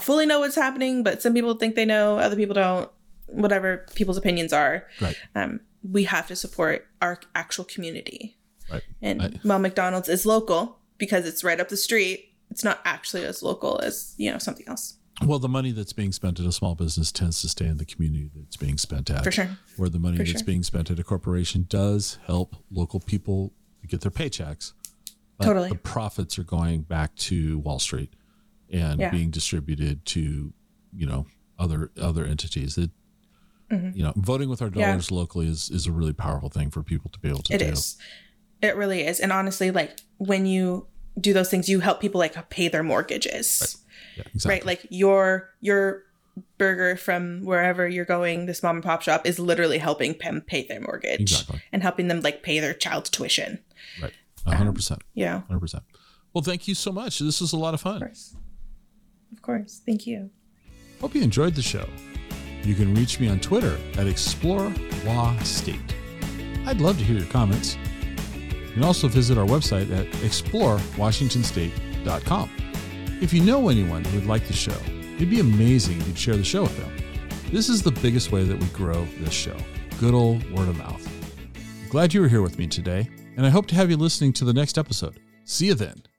B: fully know what's happening but some people think they know other people don't whatever people's opinions are
A: Right.
B: um, we have to support our actual community
A: Right.
B: and
A: I-
B: while mcdonald's is local because it's right up the street it's not actually as local as you know something else
A: Well, the money that's being spent at a small business tends to stay in the community that's being spent at.
B: for sure
A: Where the money
B: For
A: that's
B: sure.
A: being spent at a corporation does help local people get their paychecks. But
B: Totally.
A: The profits are going back to Wall Street and
B: Yeah.
A: being distributed to, you know, other other entities. It,
B: Mhm.
A: you know, voting with our
B: Yeah.
A: dollars locally is is a really powerful thing for people to be able to
B: It
A: do.
B: is. It really is. And honestly, like when you do those things, you help people like pay their mortgages.
A: Yeah,
B: Right? Like your your burger from wherever you're going, this mom and pop shop is literally helping them pay their mortgage
A: Exactly.
B: and helping them like pay their child's tuition.
A: Right. A hundred percent.
B: Yeah.
A: Hundred percent. Well, thank you so much. This was a lot of fun.
B: Of course. Of course. Thank you.
A: Hope you enjoyed the show. You can reach me on Twitter at Explore Law State. I'd love to hear your comments. You can also visit our website at explorewashingtonstate.com. If you know anyone who would like the show, it'd be amazing if you'd share the show with them. This is the biggest way that we grow this show good old word of mouth. I'm glad you were here with me today, and I hope to have you listening to the next episode. See you then.